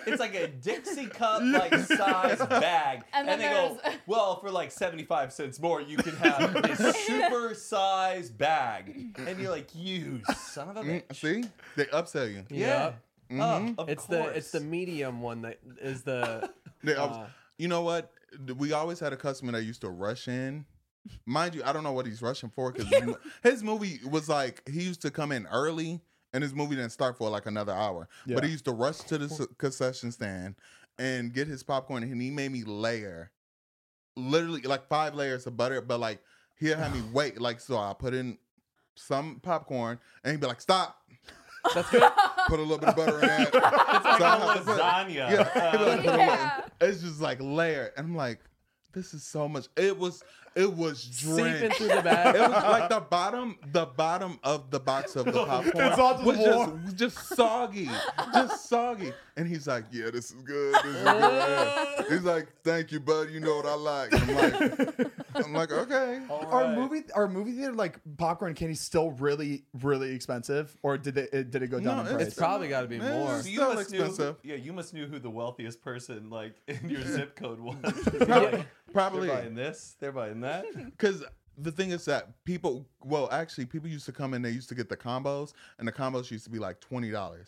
A: it's like a Dixie cup like size bag. And,
C: And then
A: they go,
C: there's-
A: well, for like 75 cents more, you can have this super size bag. And you're like, you son of a bitch.
E: it? Mm, See, Mm-hmm. they upsell you.
A: Yeah.
D: Yup.
A: Oh, of
D: It's
A: course.
D: the it's the medium one that is the
E: They ups-
D: Uh.
E: you know what? We always had a customer that used to rush in. Mind you, I don't know what he's rushing for because his movie was like he used to come in early, and his movie didn't start for like another hour. But he used to rush to the s- concession stand and get his popcorn, and he made me layer, literally like five layers of butter. But like he'll have me wait, like so I put in some popcorn, and he'd be like, "Stop."
D: that's good.
E: Put a little bit of butter in that. So I have to put-
A: lasagna.
E: yeah,
A: Uh,
E: like, put a
C: Yeah.
E: little- it's just like layered, and I'm like, this is so much. It was, it was
D: Seeping
E: drenched.
D: through
E: It
D: the bag.
E: was like the bottom, the bottom of the box of the popcorn
B: It's all just
E: was just,
B: warm.
E: was just soggy, just soggy. And he's like, yeah, this is good. This is good. he's like, thank you, bud. You know what I like. And I'm like, I'm like, okay.
B: Are
A: right.
B: movie are movie theater like popcorn candy still really really expensive, or did it, it did it go down
E: Oh, No,
B: in
E: it's
B: price?
D: It's probably got to be
E: Man,
D: more.
E: it's
A: So
E: Still
A: you must
E: expensive.
A: Knew, yeah, you must knew who the wealthiest person like in your zip code was.
E: Probably,
A: They're
E: probably.
A: buying this. They're buying that.
E: Because the thing is that people, well, actually, people used to come in. They used to get the combos, and the combos used to be like twenty dollars.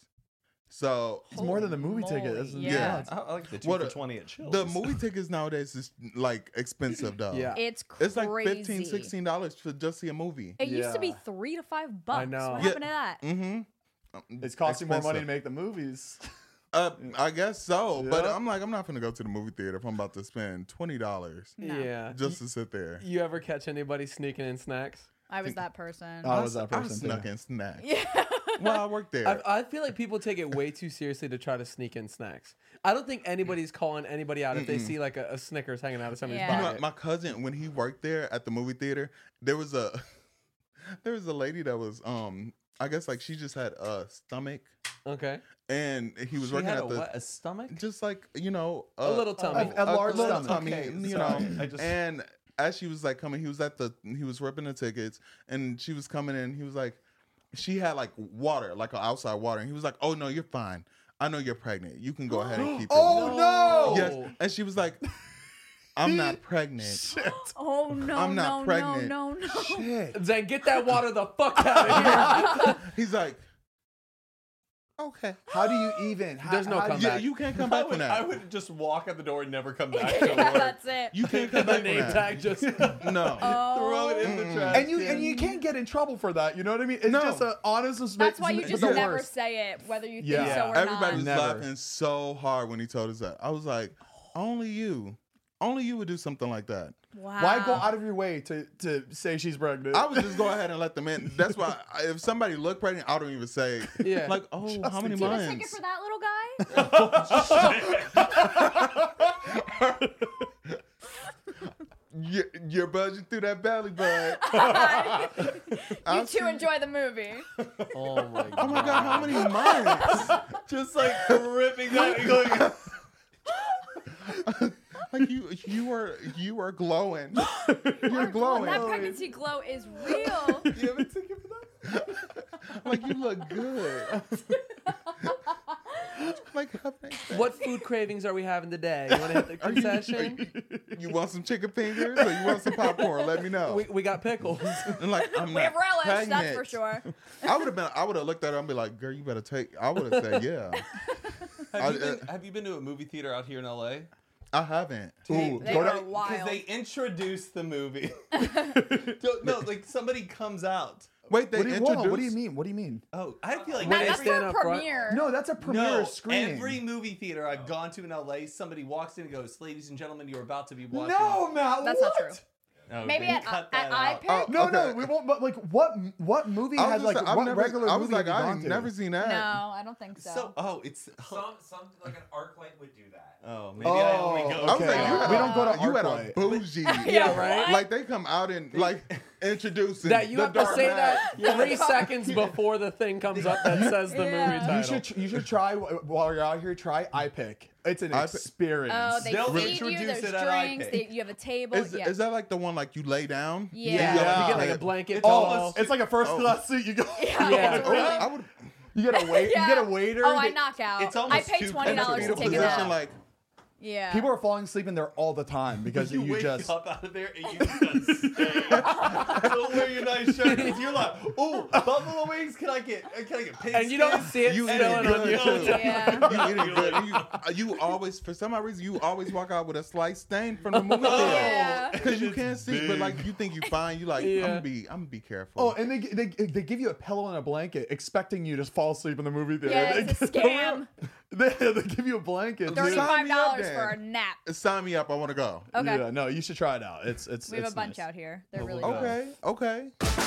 E: So
B: It's more than the movie ticket.
C: Holy
B: This is
C: moly, yeah.
B: yeah.
A: I, I like the two
E: What
A: for
E: a-
A: twenty at Chili's.
E: the movie tickets nowadays is like expensive though.
D: Yeah.
C: It's crazy.
E: it's like fifteen, sixteen dollars to just see a movie.
C: It used to be
B: Yeah.
C: three to five bucks.
D: know.
C: What
D: Yeah.
C: happened to that?
E: Mm-hmm.
B: It's costing more money to make the movies.
E: Uh, I guess so, but
B: Yeah.
E: I'm like, I'm not gonna go to the movie theater if I'm about to spend twenty dollars
D: Yeah.
E: just to sit there.
D: You ever catch anybody sneaking in snacks?
C: I was that person.
B: I was
E: I
B: that
E: s- I
B: person.
E: snuck
B: too.
E: in snacks
C: yeah.
E: while I worked there.
D: I, I feel like people take it way too seriously to try to sneak in snacks. I don't think anybody's calling anybody out if they see like a, a Snickers hanging out of somebody's
C: Yeah.
E: You know,
D: pocket.
E: my cousin when he worked there at the movie theater, there was a there was a lady that was um I guess like she just had a stomach
D: okay,
E: and he was
A: She
E: working
A: had
E: at
A: a,
E: the
A: what, a stomach.
E: just like you know
D: a little tummy.
B: a large
E: little
B: stomach.
E: tummy,
A: Okay,
E: you
A: sorry.
E: know
A: I just-
E: and as she was like coming he was at the he was ripping the tickets and she was coming in he was like she had like water like outside water and he was like oh no you're fine i know you're pregnant you can go ahead and keep it
B: Oh no!
E: yes and she was like i'm not pregnant
C: Oh no!
E: I'm not
C: no,
E: pregnant.
C: No! No! No!
E: Shit.
D: Then get that water the fuck out of here.
E: he's like okay
B: How do you even? How,
D: There's no
B: how do you-
E: yeah,
D: back.
E: you can't come
A: I
E: back from
A: would,
E: that
A: I would just walk out the door and never come back. to
C: yeah,
A: work.
C: that's it.
E: you can't come
D: the
E: back from
D: name
E: that
D: tag just.
E: no
A: Throw
C: oh,
A: it in the
E: Mm.
A: trash.
B: And you and you can't get in trouble for that. You know what I mean? It's
E: No.
B: just an honest.
C: that's
B: suspicion-
C: why you just
B: the
C: never
B: worst.
C: say it, whether you think
B: Yeah.
C: so or
E: Everybody was
C: not.
B: Never.
E: laughing so hard when he told us that. I was like, only you. Only you would do something like that.
C: Wow.
B: Why go out of your way to to say she's pregnant?
E: I would just go ahead and let them in. That's why I, if somebody looked pregnant, I don't even say,
D: Yeah.
E: like, oh, how many
C: Do you have a ticket
E: months?
C: for that little guy?
E: You're, you're budging through that belly bud.
C: you two enjoy the movie.
D: Oh my god.
E: Oh my God, how many months?
A: just like ripping that and going.
E: Like you, you are, you are glowing. You're glowing.
C: That pregnancy glow is real.
B: You have a ticket for that?
E: like you look good. like have a nice day.
D: What food cravings are we having today? You want to hit the
E: Are you- are
D: concession?
E: You want some chicken fingers or you want some popcorn? Let me know.
D: We, we got pickles.
E: and like I'm
C: We have
E: not
C: relish, that's
E: pregnant.
C: for sure.
E: I would have been. I would have looked at her and be like, "Girl, you better take." I would have said, "Yeah,
A: Have,
E: I-
A: you been,
E: uh,
A: have you been to a movie theater out here in LA?
E: I haven't."
C: They,
E: Ooh,
C: they
E: go
C: are
E: down-
C: wild.
A: Because they introduced the movie. Don't- no, like somebody comes out.
E: wait, they
B: What do, you, hold
E: introduced.
B: on, what do you mean? What do you mean?
A: Oh, I feel like
C: Nah,
D: When they
C: that's
A: every,
D: stand
C: their
D: up front-
C: premiere.
B: No, that's a premiere
A: no,
B: screening.
A: every movie theater I've gone to in LA, somebody walks in and goes, "Ladies and gentlemen, you're about to be watching."
B: no, Matt.
C: That's not
B: what?
C: true.
A: No,
C: Maybe
A: they
C: at,
A: cut
C: at
A: that out.
C: iPic?
E: Oh,
B: No, no,
E: Okay.
B: we won't. But like, what what movie
E: I was
B: has
E: just
B: like
E: saying, I've
B: what
E: never-
B: regular
E: I was
B: movie
E: like,
B: have you
E: I
B: gone
E: ain't
B: to?
E: never seen that.
C: no, I don't think so.
A: So, oh, it's oh,
F: Some, some like an arc light would do that.
A: maybe I only go.
B: Oh,
E: I was
B: okay.
E: like, you
C: Yeah.
E: had
C: We
E: a-
C: don't go
B: to
E: you had a
B: Arclight.
E: bougie.
D: yeah, right?
E: Like they come out and like introducing
D: that you
E: the
D: have to
E: dark
D: say
E: Knight.
D: that three seconds before the thing comes up that says the
C: Yeah.
D: movie
C: You
D: title.
B: You should you should try while you're out here. Try iPick. It's an
E: iPick.
B: experience.
C: oh, they
A: They'll
C: feed you,
A: introduce
C: there's
A: it at
C: drinks,
A: iPic.
C: they, you have a table.
E: Is,
C: yeah.
E: is that like the one like you lay down?
C: Yeah.
E: And
D: yeah,
E: you
D: you
E: gotta
D: get like
E: play
D: a blanket
A: It's all
D: pillow.
B: it's like a first class seat. You go.
C: Oh, Yeah.
D: Yeah.
C: it's
E: Oh,
C: really-
E: I would.
B: You get a wait.
C: Yeah.
B: You get a waiter.
C: Oh, I
B: that-
C: knock out.
A: it's almost
C: I pay
A: too
C: twenty dollars to
A: comfortable.
C: take it
E: position
C: out.
E: like
C: yeah.
B: People are falling asleep in there all the time because
A: You,
B: you,
A: wake
B: just.
A: up out of there and you just stay. don't wear your nice shirt. 'cause You're like, oh, buffalo wings. Can I get? Can I get?
D: and you don't see it
E: You eat
D: spilling
E: it
D: on
E: good,
D: you.
E: too.
C: yeah.
E: you eat it good. You, uh, you always, for some odd reason, you always walk out with a slight stain from the movie theater
C: Yeah.
E: because you can't see. But like you think you fine, you like I'm
D: Yeah.
E: gonna be, I'm gonna be careful.
B: Oh, and they, they they give you a pillow and a blanket, expecting you to fall asleep in the movie theater.
C: Yeah, it's a
B: They-
C: scam.
B: They, they give you a blanket.
E: Sign
C: Thirty
E: me up
B: dude.
C: five dollars
E: then.
C: for a nap.
E: sign me up. I want to go.
C: Okay.
B: Yeah, no, you should try it out. It's it's.
C: we have a
B: it's
C: bunch
B: nice.
C: out here. They're
A: Oh,
C: really
A: okay.
C: good.
E: Okay, okay.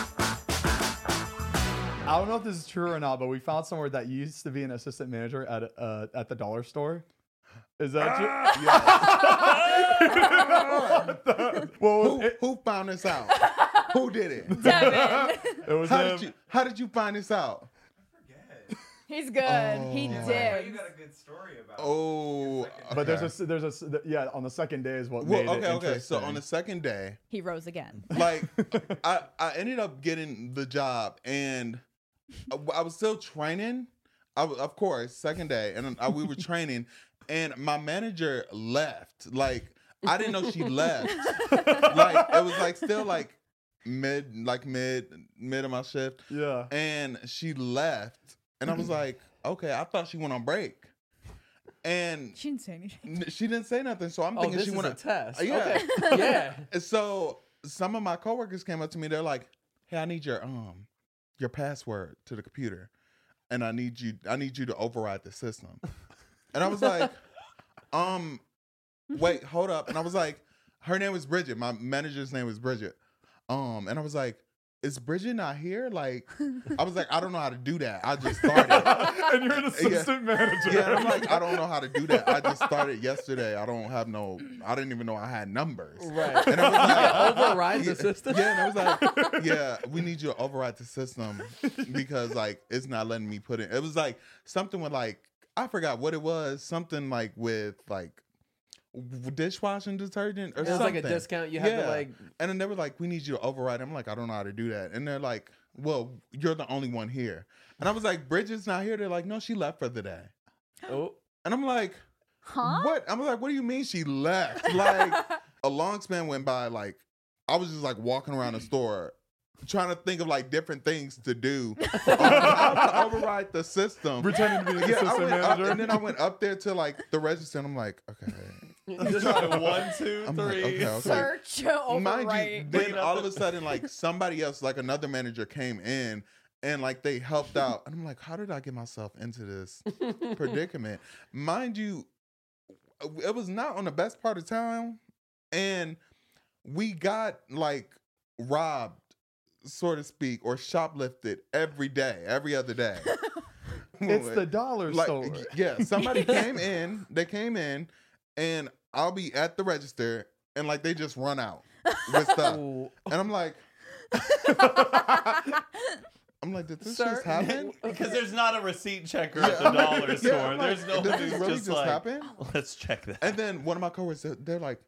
B: I don't know if this is true or not, but we found somewhere that you used to be an assistant manager at uh, at the dollar store. Is that true? what the- what was
E: Who,
B: it?
E: who found this out? who did it?
C: Devin,
B: It was
E: How
B: him.
E: did you? How did you find this out?
C: he's good. he
F: Oh, you
C: did.
F: got a good story about it.
E: Oh,
B: But
E: okay.
B: there's a there's a s- th- yeah on the second day is what
E: well,
B: made it
E: okay, okay. So
B: interesting.
E: on the second day,
C: He rose again.
E: like I, I ended up getting the job and I, I was still training I, wa- of course second day and I, we were training and my manager left like i didn't know she left like it was like still like mid like mid mid of my shift
B: yeah
E: and she left and i was
D: Mm-hmm.
E: like okay i thought she went on break and
C: She didn't say anything.
E: n- she didn't say nothing so i'm
D: Oh,
E: thinking
D: this
E: she
D: is
E: went
D: a
E: on-
D: test.
E: yeah
D: Okay. yeah.
E: and so some of my coworkers came up to me. They're like, "Hey, I need your um your password to the computer, and I need you I need you to override the system." And I was like, "Um, wait, hold up." And I was like, "Her name was Bridget. My manager's name was Bridget." Um, and I was like. Is Bridget not here? Like, I was like, I don't know how to do that. I just started.
B: and you're an assistant manager
E: yeah, and I'm like, I don't know how to do that. I just started yesterday. I don't have no. I didn't even know I had numbers.
D: Right.
E: And I was like,
D: Override the system.
E: yeah, and I was like, yeah, we need you to override the system because like it's not letting me put in. It was like something with like I forgot what it was. Something like with like w- dishwashing detergent or
D: It was like
E: something.
D: a discount you had to like.
E: And then they were like, we need you to override. I'm like, I don't know how to do that. And they're like, well, you're the only one here. And I was like, Bridget's not here. They're like, no, she left for the day.
D: Oh,
E: And I'm like,
C: Huh?
E: What? I was like, what do you mean she left? Like a long span went by. Like I was just like walking around the store, trying to think of like different things to do Um, to override the system.
B: Pretending to be the
E: Yeah, I
B: assistant
E: went up,
B: manager.
E: and then I went up there to like the register, and I'm like, okay.
A: Just try one, two,
E: I'm like,
A: three.
E: okay, okay.
C: Search overwrite.
E: Mind you,
A: Bringing
E: then
A: up
E: all of
A: the-
E: a sudden, like somebody else, like another manager came in and like they helped out. And I'm like, how did I get myself into this predicament? Mind you, it was not on the best part of town. And we got like robbed, so to speak, or shoplifted every day, every other day.
B: It's the dollar
E: like
B: store.
E: y- yeah somebody came in they came in and i'll be at the register and like they just run out with stuff and
D: Ooh.
E: i'm like i'm like did this
D: Sir?
E: just happen
A: Because there's not a receipt checker at the dollar store.
E: I'm like,
A: there's no
E: did
A: one
E: this
A: who's
E: really
A: just
E: just
A: like,
E: happen?
A: let's check that.
E: and then one of my coworkers they're- they're like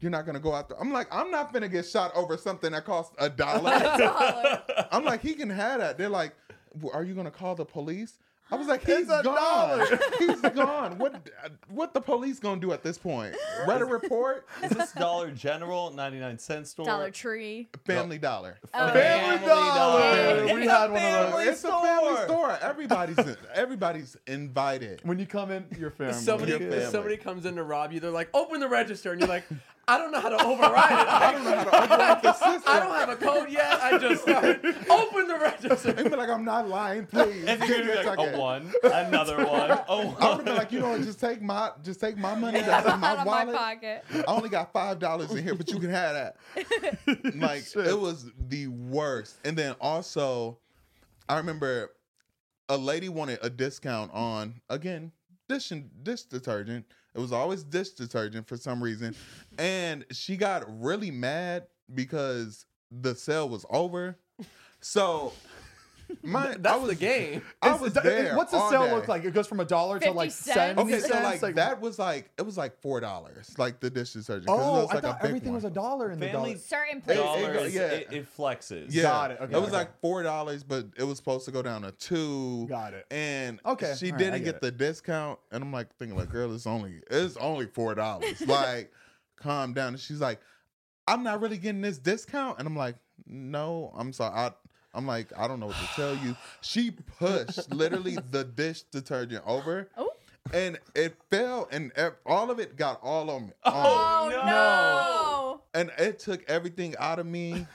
E: you're not gonna go out there. I'm like, I'm not gonna get shot over something that costs a dollar.
C: Dollar.
E: I'm like, he can have that. They're like, "W- are you gonna call the police? I was like, he's
B: It's a
E: gone. he's gone. What what the police gonna do at this point? Write a report?
A: Is this Dollar General, 99 cent store?
C: Dollar Tree.
E: Family Dollar.
C: Oh,
B: Family
C: yeah.
B: Dollar.
A: Dollar.
B: We
A: It's
B: had
A: a
B: one of
A: family
B: those.
E: It's a family store. Everybody's in, everybody's invited.
B: When you come in, your family.
D: Somebody,
E: Your family.
D: if somebody comes in to rob you. They're like, open the register, and you're like, I don't know how to override it.
E: I don't know how to override the system.
D: I don't have a code yet. I just started. Open the register.
E: They'd be like, I'm not lying, please.
A: And
E: Give
A: you're gonna
E: me
A: be like,
E: second.
A: a one, another one, a
E: I would have
A: one.
E: been like, you know, what, just take my just take my money that's in
C: Out
E: my
C: of my
E: wallet.
C: pocket.
E: I only got five dollars in here, but you can have that. like it was the worst. And then also, I remember a lady wanted a discount on again dish and dish detergent. It was always dish detergent for some reason, and she got really mad because the sale was over. So, my I
D: That's
E: was,
D: the game.
E: I
B: It's-
E: was
B: it's-
E: there.
B: What's the
E: all
B: sale
E: day.
B: look like? It goes from a dollar to
C: 50
B: like
C: cents?
B: seven
E: Okay, so
B: cents.
E: like, that was like it was like four dollars, like the dish detergent. 'cause it
B: Oh,
E: was, like,
B: I thought
E: a big
B: everything was a
E: one.
B: dollar in the dollar.
A: Family
C: Certain
E: Hey, hey,
C: places.
A: Dollar, is-
E: yeah.
A: it, it flexes.
E: Yeah,
B: Got it, okay,
E: it was
B: okay.
E: like four dollars, but it was supposed to go down to two.
B: Got it.
E: And
B: Okay,
E: she
B: all right, I
E: didn't
B: get
E: get
B: it.
E: the discount, and I'm like thinking like, girl, it's only it's only four dollars. like, calm down. And she's like, I'm not really getting this discount, and I'm like, no, I'm sorry. I, I'm like, I don't know what to tell you. She pushed literally the dish detergent over.
C: Oh.
E: And it fell, and ev- all of it got all on me.
C: Oh
A: No.
C: no!
E: and it took everything out of me.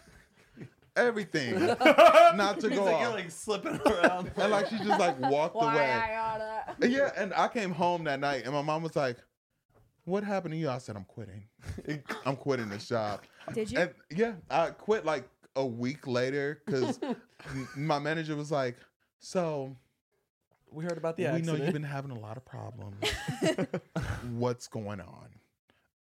E: Everything. not to
A: It's
E: go
A: like
E: off.
A: you're like slipping around.
E: and like she just like walked
C: Why I
E: away.
C: gotta?
E: And yeah, and I came home that night and my mom was like, What happened to you? I said, I'm quitting. I'm quitting this job.
C: Did you?
E: And yeah, I quit like a week later because my manager was like, So
D: We heard about the
E: we
D: accident.
E: know you've been having a lot of problems. What's going on?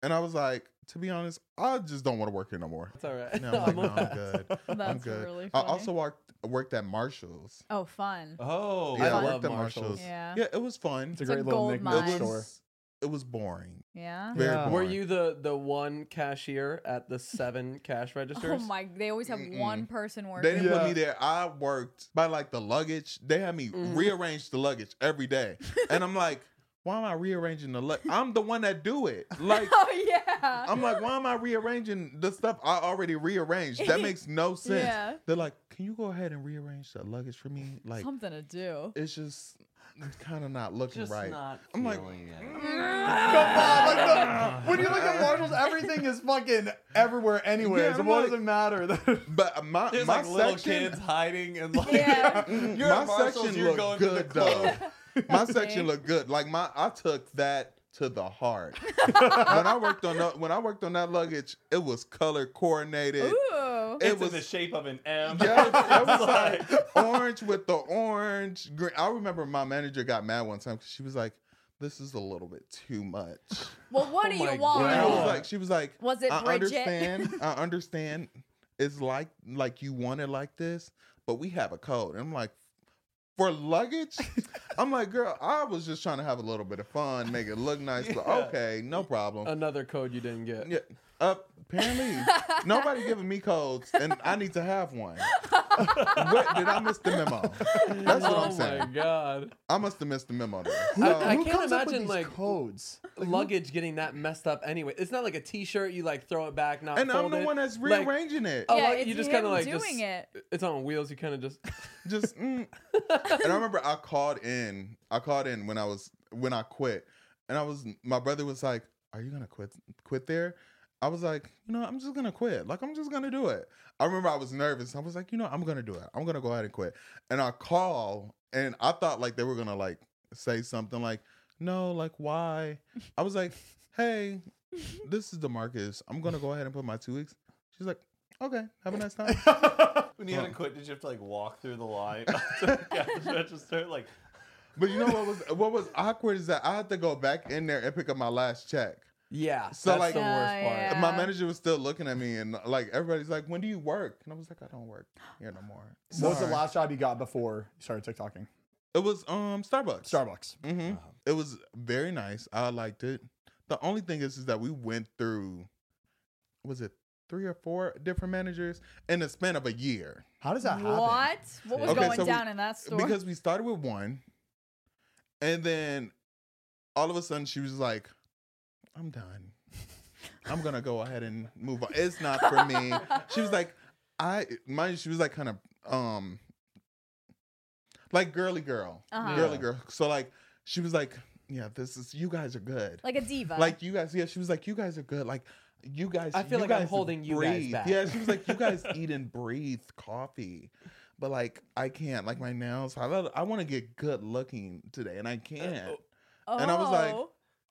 E: And I was like, to be honest, I just don't want to work here no more.
D: It's all right.
E: No, I'm like, no, I'm
D: relaxed.
E: good. I'm
C: That's
E: good.
C: really
E: I
C: funny.
E: also worked worked at Marshalls.
C: oh, fun.
B: Uh-huh.
A: oh,
E: yeah, I
D: love
E: worked at
D: Marshalls.
E: Marshalls.
C: Yeah.
E: yeah, it was fun.
B: It's a
C: It's a
B: great little
C: gold
B: knickknack
C: mine.
E: It
B: store.
E: was, it was boring.
C: Yeah.
E: Very
B: Yeah.
E: boring.
D: Were you the the one cashier at the seven cash registers?
C: Oh my! They always have one person
E: They
C: working.
E: didn't put
B: Yeah.
E: me there. I worked by like the luggage. They had me rearrange the luggage every day, and I'm like, why am I rearranging the luggage? I'm the one that do it. Like.
C: Oh yeah.
E: I'm like, why am I rearranging the stuff I already rearranged? That makes no sense.
C: Yeah.
E: They're like, can you go ahead and rearrange that luggage for me? Like,
C: Something to do.
E: it's just kind of not looking
A: just
E: right.
A: not
E: I'm like, "Mm."
A: feeling it.
B: Come on, like the, when you look at Marshalls, everything is fucking everywhere, anywhere.
E: Yeah,
B: so
E: I'm
B: what
E: like-
B: does it matter?
E: But uh, my
A: There's
E: my
A: like little
E: section,
A: kids hiding and like
C: Yeah.
A: You're
E: my
A: at Marshalls,
E: section
A: you're going
E: looked
A: to the
E: good
A: club.
E: though. my section looked good. Like my, I took that to the heart. when I worked on the, when I worked on that luggage, it was color coordinated.
C: Ooh.
E: It
A: it's
E: was
A: in the shape of an M.
E: Yeah, it was
A: It's like-
E: like orange with the orange. Green. I remember my manager got mad one time because she was like, "This is a little bit too much."
C: Well, what do
D: my
C: you want?
E: And Oh I was
D: God.
E: like, "She was like,
C: Was it
E: I
C: Bridget?
E: understand. I understand. It's like like you want it like this, but we have a code." And I'm like, "For luggage?" I'm like, "Girl, I was just trying to have a little bit of fun, make it look nice." But okay, no problem.
D: Another code you didn't get.
E: Yeah, up Apparently, nobody giving me codes, and I need to have one. what, did I miss the memo? That's what
D: oh
E: I'm
D: my
E: saying.
D: god!
E: I must have missed the memo. Uh, There.
B: Who,
E: So,
D: I
B: who
D: can't
B: comes up with
D: imagine,
B: these
D: like,
B: codes.
D: Luggage getting that messed up anyway. It's not like a T-shirt you like throw it back, not
E: and I'm
D: fold
E: the
D: it.
E: one that's
D: Like,
E: rearranging it.
D: Oh,
C: Yeah,
D: like, you
C: it's
D: just kind
C: him
D: of like
C: doing
D: just,
C: it.
D: It's on wheels. You kind of just
E: just mm. and i remember i called in i called in when i was when i quit and i was my brother was like are you gonna quit quit there i was like you know i'm just gonna quit like i'm just gonna do it i remember i was nervous i was like you know i'm gonna do it i'm gonna go ahead and quit and i call and i thought like they were gonna like say something like no like why i was like hey this is demarcus i'm gonna go ahead and put my two weeks she's like okay have a nice time
A: When you had to quit, did you have to like walk through the line to the cash register? Like,
E: But you know what was what was awkward is that I had to go back in there and pick up my last check.
D: yeah.
E: So,
D: that's
E: like-
D: the worst part.
C: Oh, yeah.
E: And my manager was still looking at me and like everybody's like, "When do you work?" And I was like, "I don't work here no more."
B: What was the
E: Sorry.
B: last job you got before you started TikToking?
E: It was um Starbucks.
B: Starbucks.
E: hmm It was very nice. I liked it. The only thing is, is that we went through, was it three or four different managers in the span of a year?
B: How does that happen?
C: What? What was
E: Okay,
C: going
E: so we-
C: down in that store?
E: Because we started with one, and then all of a sudden she was like, "I'm done. I'm gonna go ahead and move on. It's not for me." she was like, "I mind you, she was like kind of um, like girly girl,
C: Uh-huh.
E: girly
D: Yeah.
E: girl. So like she was like, "Yeah, this is you guys are good. Like,
C: like a diva.
E: you guys, yeah." She was like, "You guys are good. Like." You guys,
D: I feel
E: you
D: like I'm
E: guys
D: holding you guys
E: breathe.
D: back.
E: Yeah, she was like, "You guys eat and breathe coffee." but like I can't. Like my nails, I love, I want to get good looking today, and I can't.
C: oh.
E: and I was like,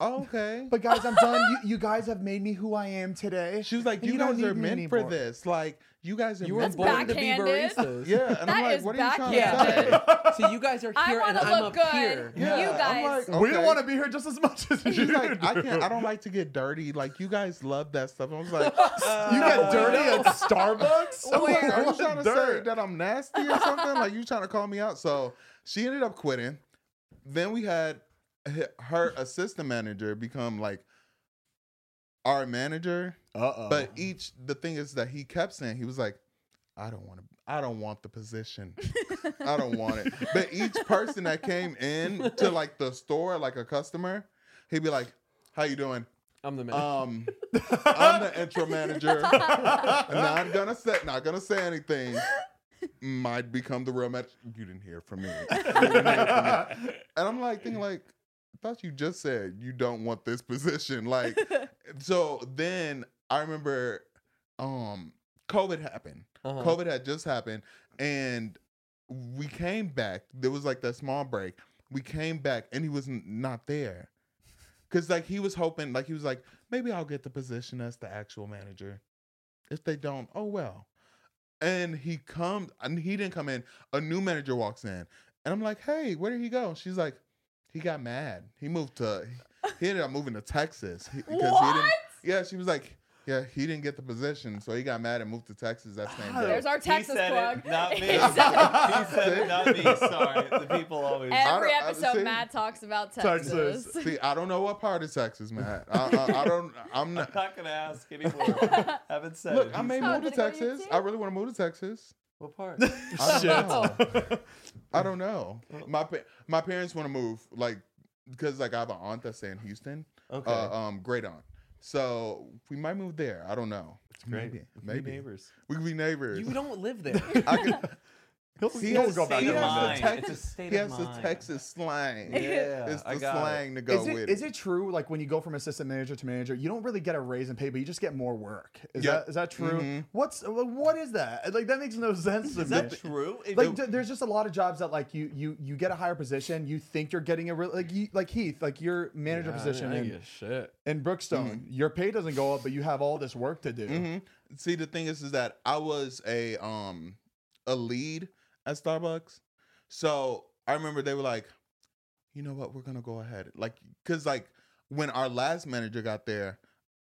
E: Oh, okay.
B: But guys, I'm done. You, you guys have made me who I am today.
E: she was like,
B: And
E: "You,
B: you don't
E: guys are
B: need me
E: meant for
B: anymore."
E: this. Like you guys are
D: You were
E: meant for
D: born to
E: this."
D: be
C: backhanded.
D: baristas.
E: Yeah, and I'm
C: That
E: like,
C: is
E: "What are you trying to
C: backhanded.
E: say?"
D: Yeah. so you guys are
C: I
D: here
C: want
D: and
C: to
D: I'm
C: look
D: up
C: good.
D: here.
E: Yeah,
C: You
E: I'm
C: guys.
E: like,
B: We
E: Okay.
B: want to be here just as much as you
E: She's like,
B: do.
E: "I can't. I don't like to get dirty. Like you guys love that stuff." I was like,
B: You
E: uh,
B: got dirty at Starbucks?
E: I'm like, are you
B: What
E: trying to
B: dirt?
E: say that I'm nasty or something? like you trying to call me out? So she ended up quitting. Then we had h- her assistant manager become like our manager.
B: Uh-oh.
E: But each the thing is that he kept saying he was like, I don't want to. I don't want the position. I don't want it. But each person that came in to like the store, like a customer, he'd be like, "How you doing?
D: I'm the man.
E: Um, I'm the intro manager. not gonna say not gonna say anything. Might become the real match. You didn't hear from me. You didn't hear from me. And I'm like thinking like, I thought you just said you don't want this position. Like, so then I remember, um, COVID happened.
D: Uh-huh.
E: COVID had just happened, and we came back. There was like that small break. We came back, and he was n- not there. Cause like he was hoping, like he was like, maybe I'll get the position as the actual manager. If they don't, oh well. And he comes, and he didn't come in. A new manager walks in, and I'm like, hey, where did he go? She's like, he got mad. He moved to, he ended up moving to Texas he- because he didn't.
C: What?
E: Yeah, she was like, yeah, he didn't get the position, so he got mad and moved to Texas that same day.
C: There's our Texas
A: he said
C: plug.
A: It, not me.
C: He
A: he
C: said
A: said it, not me. Sorry. The people always.
E: I
C: Every
E: don't- I-
C: episode,
E: see?
C: Matt talks about Texas.
B: Texas.
E: See, I don't know what part of Texas, Matt. I, I, I don't. I'm
A: I'm
E: not.
A: not gonna ask anymore. Haven't said
E: Look,
A: it.
E: I
A: He's-
E: may
C: Oh,
E: move to
C: did it go to your
E: Texas.
C: team?
E: I really want to move to Texas.
A: What part?
E: I don't
B: Shit.
E: know.
C: Oh,
E: I don't know. My pa- my parents want to move, like, because like I have an aunt that's in Houston.
A: Okay.
E: Uh, um, great aunt. So we might move there. I don't know. It's
A: Great.
E: Maybe.
A: We
E: Maybe.
A: neighbors.
E: We could be neighbors.
D: you don't live there.
E: I could,
B: He'll,
E: he
B: he'll
E: has-
B: go back
E: he
B: there
E: has
B: one
E: the
B: day.
A: mind.
E: Tex-
A: It's a state
E: he
A: of
E: has the
A: mind.
E: Texas slang.
A: Yeah,
E: It's
A: I
E: the
A: got it.
E: slang to go
B: Is
E: with
B: it, is it true, like, when you go from assistant manager to manager, you don't really get a raise in pay, but you just get more work? Is,
E: Yeah.
B: that, is that true?
E: Mhm.
B: What's uh, What is that? Like, that makes no sense to
A: Is
B: me.
A: that true? It-
B: like th- there's just a lot of jobs that like you you you get a higher position you think you're getting a real like you like heath like your manager position
D: I
B: in,
D: didn't give a shit.
B: in brookstone
E: Mm-hmm.
B: your pay doesn't go up but you have all this work to do
E: Mhm. See, the thing is, is that I was a um a lead at Starbucks, so I remember they were like, you know what, we're gonna go ahead, like, cause like when our last manager got there,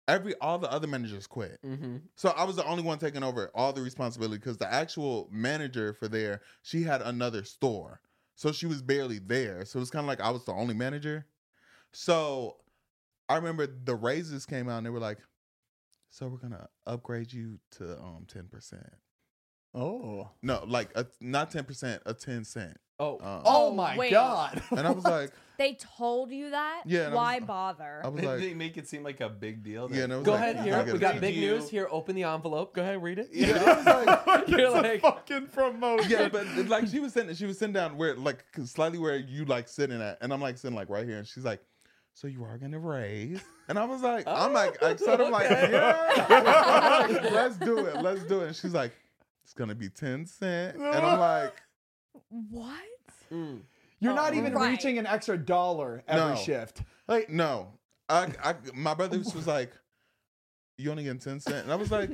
E: every all the other managers quit,
D: Mm-hmm.
E: so I was the only one taking over all the responsibility because the actual manager for there, she had another store. So she was barely there. So it's kind of like I was the only manager. So I remember the raises came out and they were like, so we're gonna upgrade you to um ten percent.
B: Oh.
E: No, like a, not ten percent, a ten cent.
D: Oh,
E: Um,
B: Oh
C: Oh,
B: my
C: wait.
B: god.
E: and I was like,
C: They told you that?
E: Yeah, and I
C: Why
E: was-
C: bother?
E: I was
A: Did they
E: like,
A: make it seem like a big deal?
E: yeah. And I was
D: Go
E: like,
D: ahead
E: "You're
D: here.
E: not
D: We
E: gonna
D: got
E: do
D: big
E: it."
A: you.
D: news here. Open the envelope. Go ahead, read it.
E: Yeah, I was like,
D: You're
B: It's a
D: like-
B: fucking promotion.
E: yeah, but it's like she was sitting, she was sitting down where like slightly where you like sitting at, and I'm like sitting like right here, and she's like, "So you are gonna raise?" And I was like, "I'm like, I sort of like,
D: Oh, okay.
E: yeah, let's do it, let's do it." And she's like, "It's gonna be ten cent," and I'm like,
C: what?
D: Mm.
B: You're not
C: Oh.
B: even
C: Right.
B: reaching an extra dollar every
E: No.
B: shift. Like
E: "No." I, I my brother was like, "You only getting ten cent," and I was like,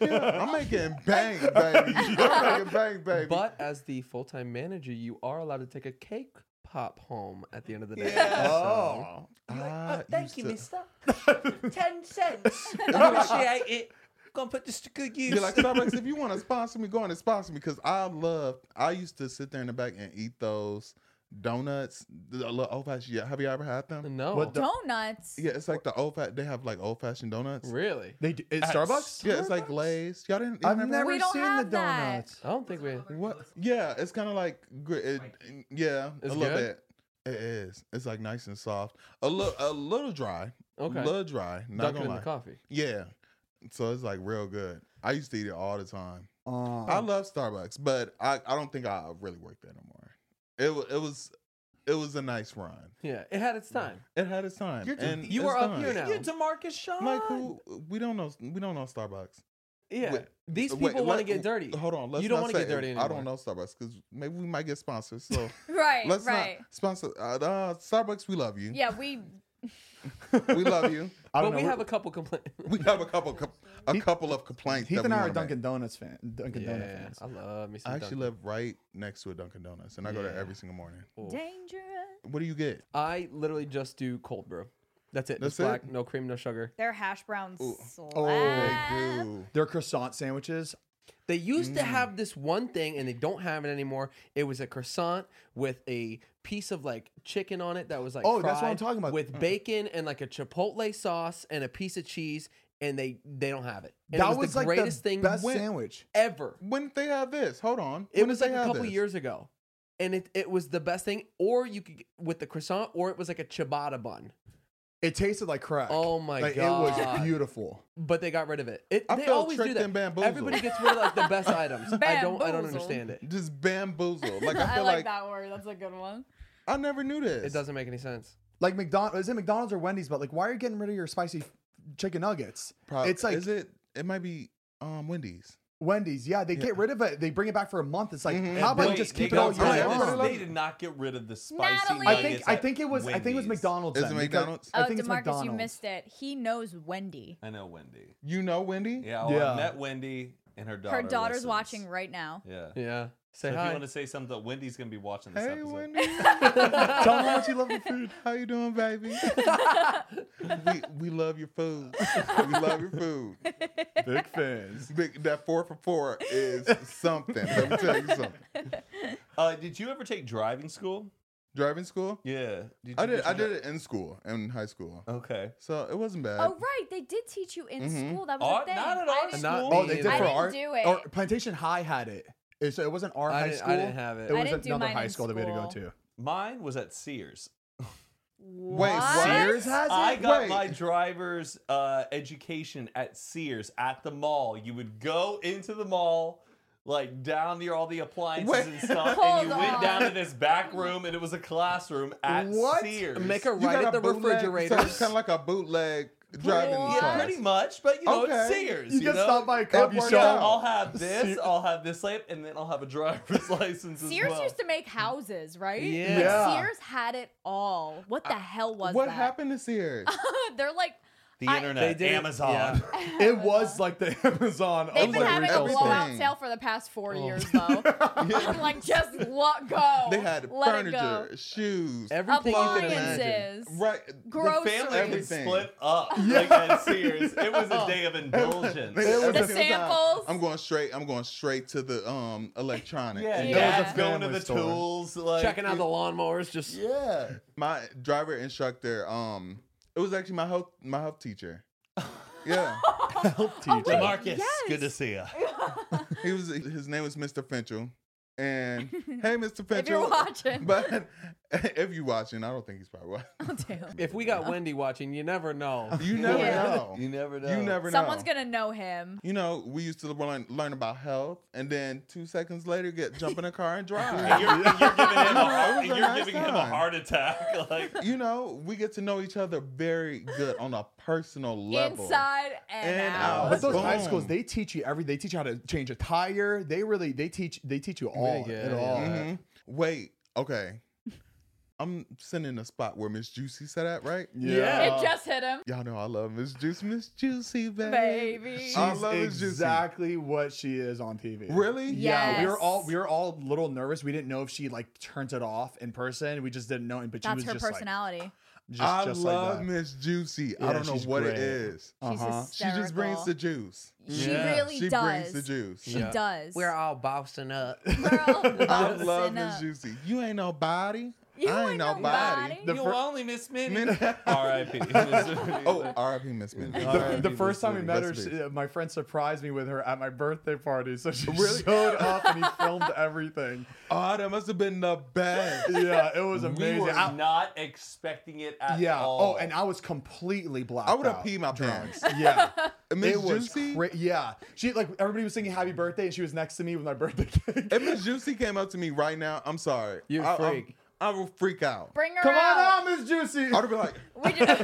E: yeah, "I'm making bang, baby. I'm making bang, baby."
D: But as the full time manager, you are allowed to take a cake pop home at the end of the day.
E: Yeah.
D: So-
B: Oh.
E: I used to-
D: Ten cents.
E: Appreciate
D: it. Gonna put this to good
E: Yeah, like Starbucks, if you want to sponsor me, go on and sponsor me because I love. I used to sit there in the back and eat those donuts. The lo- old fashioned. Yeah, have you ever had them?
D: no.
B: What the-
C: Donuts.
E: Yeah, it's like the old fat. They have like old fashioned donuts.
D: really?
B: They do, at Starbucks?
E: Yeah, it's like glazed. Y'all didn't. y'all
B: I've
E: never-
B: never
C: We don't
B: seen
C: have
B: the
C: that.
B: donuts.
D: I don't think we.
E: What? Yeah, it's kind of like. gr- It, yeah,
D: It's
E: a little
D: good?
E: bit. It is. It's like nice and soft. A little, a little dry.
D: Okay.
E: A little dry. Not
D: Dunk it
E: gonna
D: in the
E: lie.
D: coffee.
E: Yeah. So it's like real good. I used to eat it all the time.
D: Um,
B: Uh,
D: Oh.
E: I love Starbucks, but I, I don't think I really work there anymore. It wa- it was it was a nice run.
D: Yeah, it had its time.
E: It had its time.
A: You're-
E: and
D: you
E: it's
D: are up
E: done.
D: here now.
A: You're Demarcus Sean.
E: Like who we don't know we don't know Starbucks.
D: Yeah.
E: Wait,
D: These
E: Wait,
D: people want to
E: let-
D: get dirty.
E: Hold on, let's
D: You don't
E: not
D: wanna get
E: say-
D: dirty
E: I don't know
D: anymore.
E: Starbucks because maybe we might get sponsors. So
C: Right,
E: let's
C: right.
E: not sponsor uh, uh, Starbucks. We love you.
C: Yeah, we
E: we love you.
B: I
D: But
B: don't
D: we
B: know.
D: have a couple complaints.
E: We have a couple com- a couple of complaints.
B: Heath
E: that
B: and
E: we
B: I are
E: wanna make.
B: Dunkin' Donuts fan. Dunkin' Donut
D: yeah,
B: fans.
D: I love me some
E: I actually
D: Dunkin'.
E: live right next to a Dunkin' Donuts, and I go there
D: Yeah.
E: every single morning.
D: Ooh.
C: dangerous.
E: What do you get?
D: I literally just do cold brew. That's it. Just
E: That's
D: black,
E: it?
D: no cream, no sugar.
C: Their hash browns.
E: They
C: slap.
E: do.
B: Their croissant sandwiches.
D: They used
E: Mm.
D: to have this one thing and they don't have it anymore. It was a croissant with a piece of like chicken on it that was like
B: Oh, that's what I'm
D: fried
B: talking about.
D: with bacon and like a chipotle sauce and a piece of cheese and they they don't have it. And
B: that
D: it was, the
B: like
D: greatest
B: the
D: thing
B: best
D: when-
B: sandwich.
D: ever.
E: When did they have this? Hold on.
D: It
E: When
D: was
E: did
D: like
E: they
D: a
E: have
D: couple
E: this?
D: years ago. And it, it was the best thing, or you could with the croissant, or it was like a ciabatta bun.
B: It tasted like crack.
D: Oh my
B: like, It was
D: God.
B: beautiful.
D: But they got rid of it. It
E: I
D: they
E: felt
D: always do
E: tricked
D: that.
E: and bamboozled.
D: Everybody gets rid of like the best items. I don't I don't
C: Bamboozled.
D: understand it.
E: Just bamboozled. Like I
C: I
E: feel
C: like,
E: like,
C: that word. That's a good one.
E: I never knew this.
D: It doesn't make any sense.
B: Like McDonald's. Is it McDonald's or Wendy's? But like, why are you getting rid of your spicy f- chicken nuggets?
E: Prob-
B: it's like
E: is it? It might be um Wendy's.
B: Wendy's. Yeah, they get rid of it. They bring it back for a month. It's like
D: Mm-hmm.
B: how about you
A: Wait,
B: just
A: they
B: keep it all
A: got
B: year
A: rid of
E: time.
A: this-
B: long?
A: They did not get rid of the spicy.
C: Natalie!
B: I think
A: nuggets
B: I
A: at
B: think it was I think it was
A: Wendy's.
B: McDonald's.
E: Is it
B: then, because-
E: McDonald's?
C: Oh,
B: I think it's
C: Demarcus, you
B: McDonald's.
C: missed it. He knows Wendy.
A: I know Wendy.
E: You know Wendy?
A: Yeah, well,
B: Yeah.
A: I met Wendy and her daughter.
C: Her daughter's
A: listens.
C: watching right now.
A: Yeah.
D: Yeah.
A: So
D: Say
A: if you
D: hi.
A: want to say something, Wendy's gonna be watching this
E: Hey
A: episode.
E: Wendy.
B: Tell them how much you love the food.
E: How you doing, baby? we we love your food. We love your food.
B: Big fans.
E: Big, that four for four is something. Let me tell you something.
A: Uh, did you ever take driving school?
E: Driving school?
A: Yeah. Did
E: I
A: you-
E: did. I
A: you
E: did it in school, in high school.
A: dri- Okay.
E: So it wasn't bad.
C: Oh right, they did teach you in school. That was
A: Art-
C: a thing.
A: Uh, not at
C: I
A: art
C: didn't-
D: Not
A: school.
D: me
B: Oh, they did for
D: either.
C: I didn't
B: our
C: do it.
B: Or Plantation High had it. It- So it wasn't our
D: I
B: high
D: didn't- I
B: school.
D: didn't have
B: It
D: it. I
B: was
C: didn't do
B: another
C: mine
B: high
C: in
B: school that we had to go
C: school.
B: to.
A: Mine was at Sears.
E: Wait,
C: What?
E: Sears has it?
A: I got
E: Wait.
A: my driver's uh, education at Sears at the mall. You would go into the mall, like down near all the appliances
E: Wait.
A: and stuff,
C: Hold
A: and you went down to
C: on.
A: this back room, and it was a classroom at
E: What?
A: Sears.
D: Make a
E: You
D: right
E: got
D: at the
E: a bootleg-
D: refrigerator.
E: So it's kind of like a bootleg driving
C: Yeah,
A: yeah,
E: class.
A: pretty much, but you know it's
E: Okay.
A: Sears.
B: You
A: You,
B: get
A: know?
B: stopped by a coffee
E: It worked
A: Yeah,
E: out.
A: I'll
B: shop.
A: have this. I'll have this late, and then I'll have a driver's license as
C: Sears
A: well.
C: used to make houses, right?
D: Yeah.
C: Like,
B: Yeah.
C: Sears had it all. What the hell was
E: What
C: that?
E: happened to Sears?
C: They're like
A: the
C: I-
A: internet,
D: They did it-
A: Amazon.
D: yeah.
B: It was like the Amazon.
C: they've
B: of
C: been
E: like
C: having a
E: everything.
C: blowout sale for the past four years though. I'm like, just let go.
E: Oh. they had
C: let
E: furniture,
C: It go.
E: shoes,
D: Everything you can imagine.
C: Appliances.
E: right?
A: The
C: Groceries.
A: family would
E: Everything.
A: split up like at Sears. It was a day of indulgence.
E: They- everything was
C: samples.
E: out. I'm going straight. I'm going straight to the um electronic.
A: Yeah,
E: And
C: yeah.
E: that
A: yeah.
E: was a
A: going to
B: family
A: the
B: store.
A: tools, like
D: Checking out the lawnmowers, just
E: Yeah. My driver instructor, um, it was actually my health my health teacher. Yeah.
B: help teacher.
C: Oh, wait.
A: Marcus, good to see you.
E: He was his name was Mr. Finchel. And hey, Mr. Finchel.
C: If you're watching.
E: But if you watching, I don't think he's probably watching.
C: Damn.
D: If we got Wendy watching, you never know.
E: You never
C: Yeah.
E: know.
A: You never know.
E: You never know.
C: Someone's gonna know him.
E: You know, we used to learn, learn about health, and then two seconds later, get jump in a car and drive.
A: You're, you're giving him
E: Yeah, it
A: a,
E: was a
A: you're
E: nice
A: giving him a
E: time.
A: heart attack. Like
E: you know, we get to know each other very good on a personal level.
C: Inside and,
E: And
C: out.
E: out.
B: But those
E: Boom.
B: high schools, they teach you every. They teach you how to change a tire. They really, they teach, they teach you all.
D: get
B: at
D: it,
B: all.
D: yeah.
E: Mhm. Wait, okay. I'm sending a spot where Miss Juicy said at, right?
B: Yeah.
C: it just hit him.
E: Y'all know I love Miss Juicy. Miss Juicy, babe.
C: Baby.
E: I
B: She's
E: love Miss Juicy.
B: exactly what she is on TV.
E: Really?
B: Yeah, we were
C: Yes.
B: all we were all a little nervous. We didn't know if she like turns it off in person. We just didn't know. But she
C: That's
B: was
C: her
B: just
C: personality.
B: like, just,
E: I
B: just like
E: love
B: that.
E: Miss Juicy.
B: Yeah,
E: I don't know
B: she's
E: what it
B: great.
E: is.
C: She's
B: Uh-huh.
E: She just brings the
C: hysterical.
E: juice.
C: She
A: Yeah.
C: really
E: she
C: does.
E: brings the juice.
C: She does.
D: all bouncing up.
C: We're all
E: I
C: bouncing
E: love Miss
C: up.
E: Juicy. You ain't nobody.
C: You
E: I ain't nobody.
C: nobody.
B: The fir-
A: only miss Minnie.
E: Minnie.
A: R.I.P.
E: oh, R.I.P. Miss Minnie.
A: The-
B: the,
A: R.I.P.
B: the first time we met her,
E: Rest
B: she-
E: in peace.
B: uh, my friend surprised me with her at my birthday party. So she showed up and he filmed everything.
E: Oh, that must have been the best.
B: Yeah, it was
A: We
B: amazing.
A: were
B: I-
A: not expecting it at
B: yeah.
A: all.
B: Oh, and I was completely blacked.
E: I would have
B: out.
E: peed my pants.
B: Yeah.
E: Miss
B: it was
E: Juicy.
B: cra- yeah. She like everybody was singing happy birthday and she was next to me with my birthday cake.
E: if Miss Juicy came up to me right now, I'm sorry.
D: You
E: I,
D: freak.
E: I, I will freak out.
C: Bring her
B: Come on
C: out.
B: out, Miss Juicy.
E: I'd be like,
C: We just,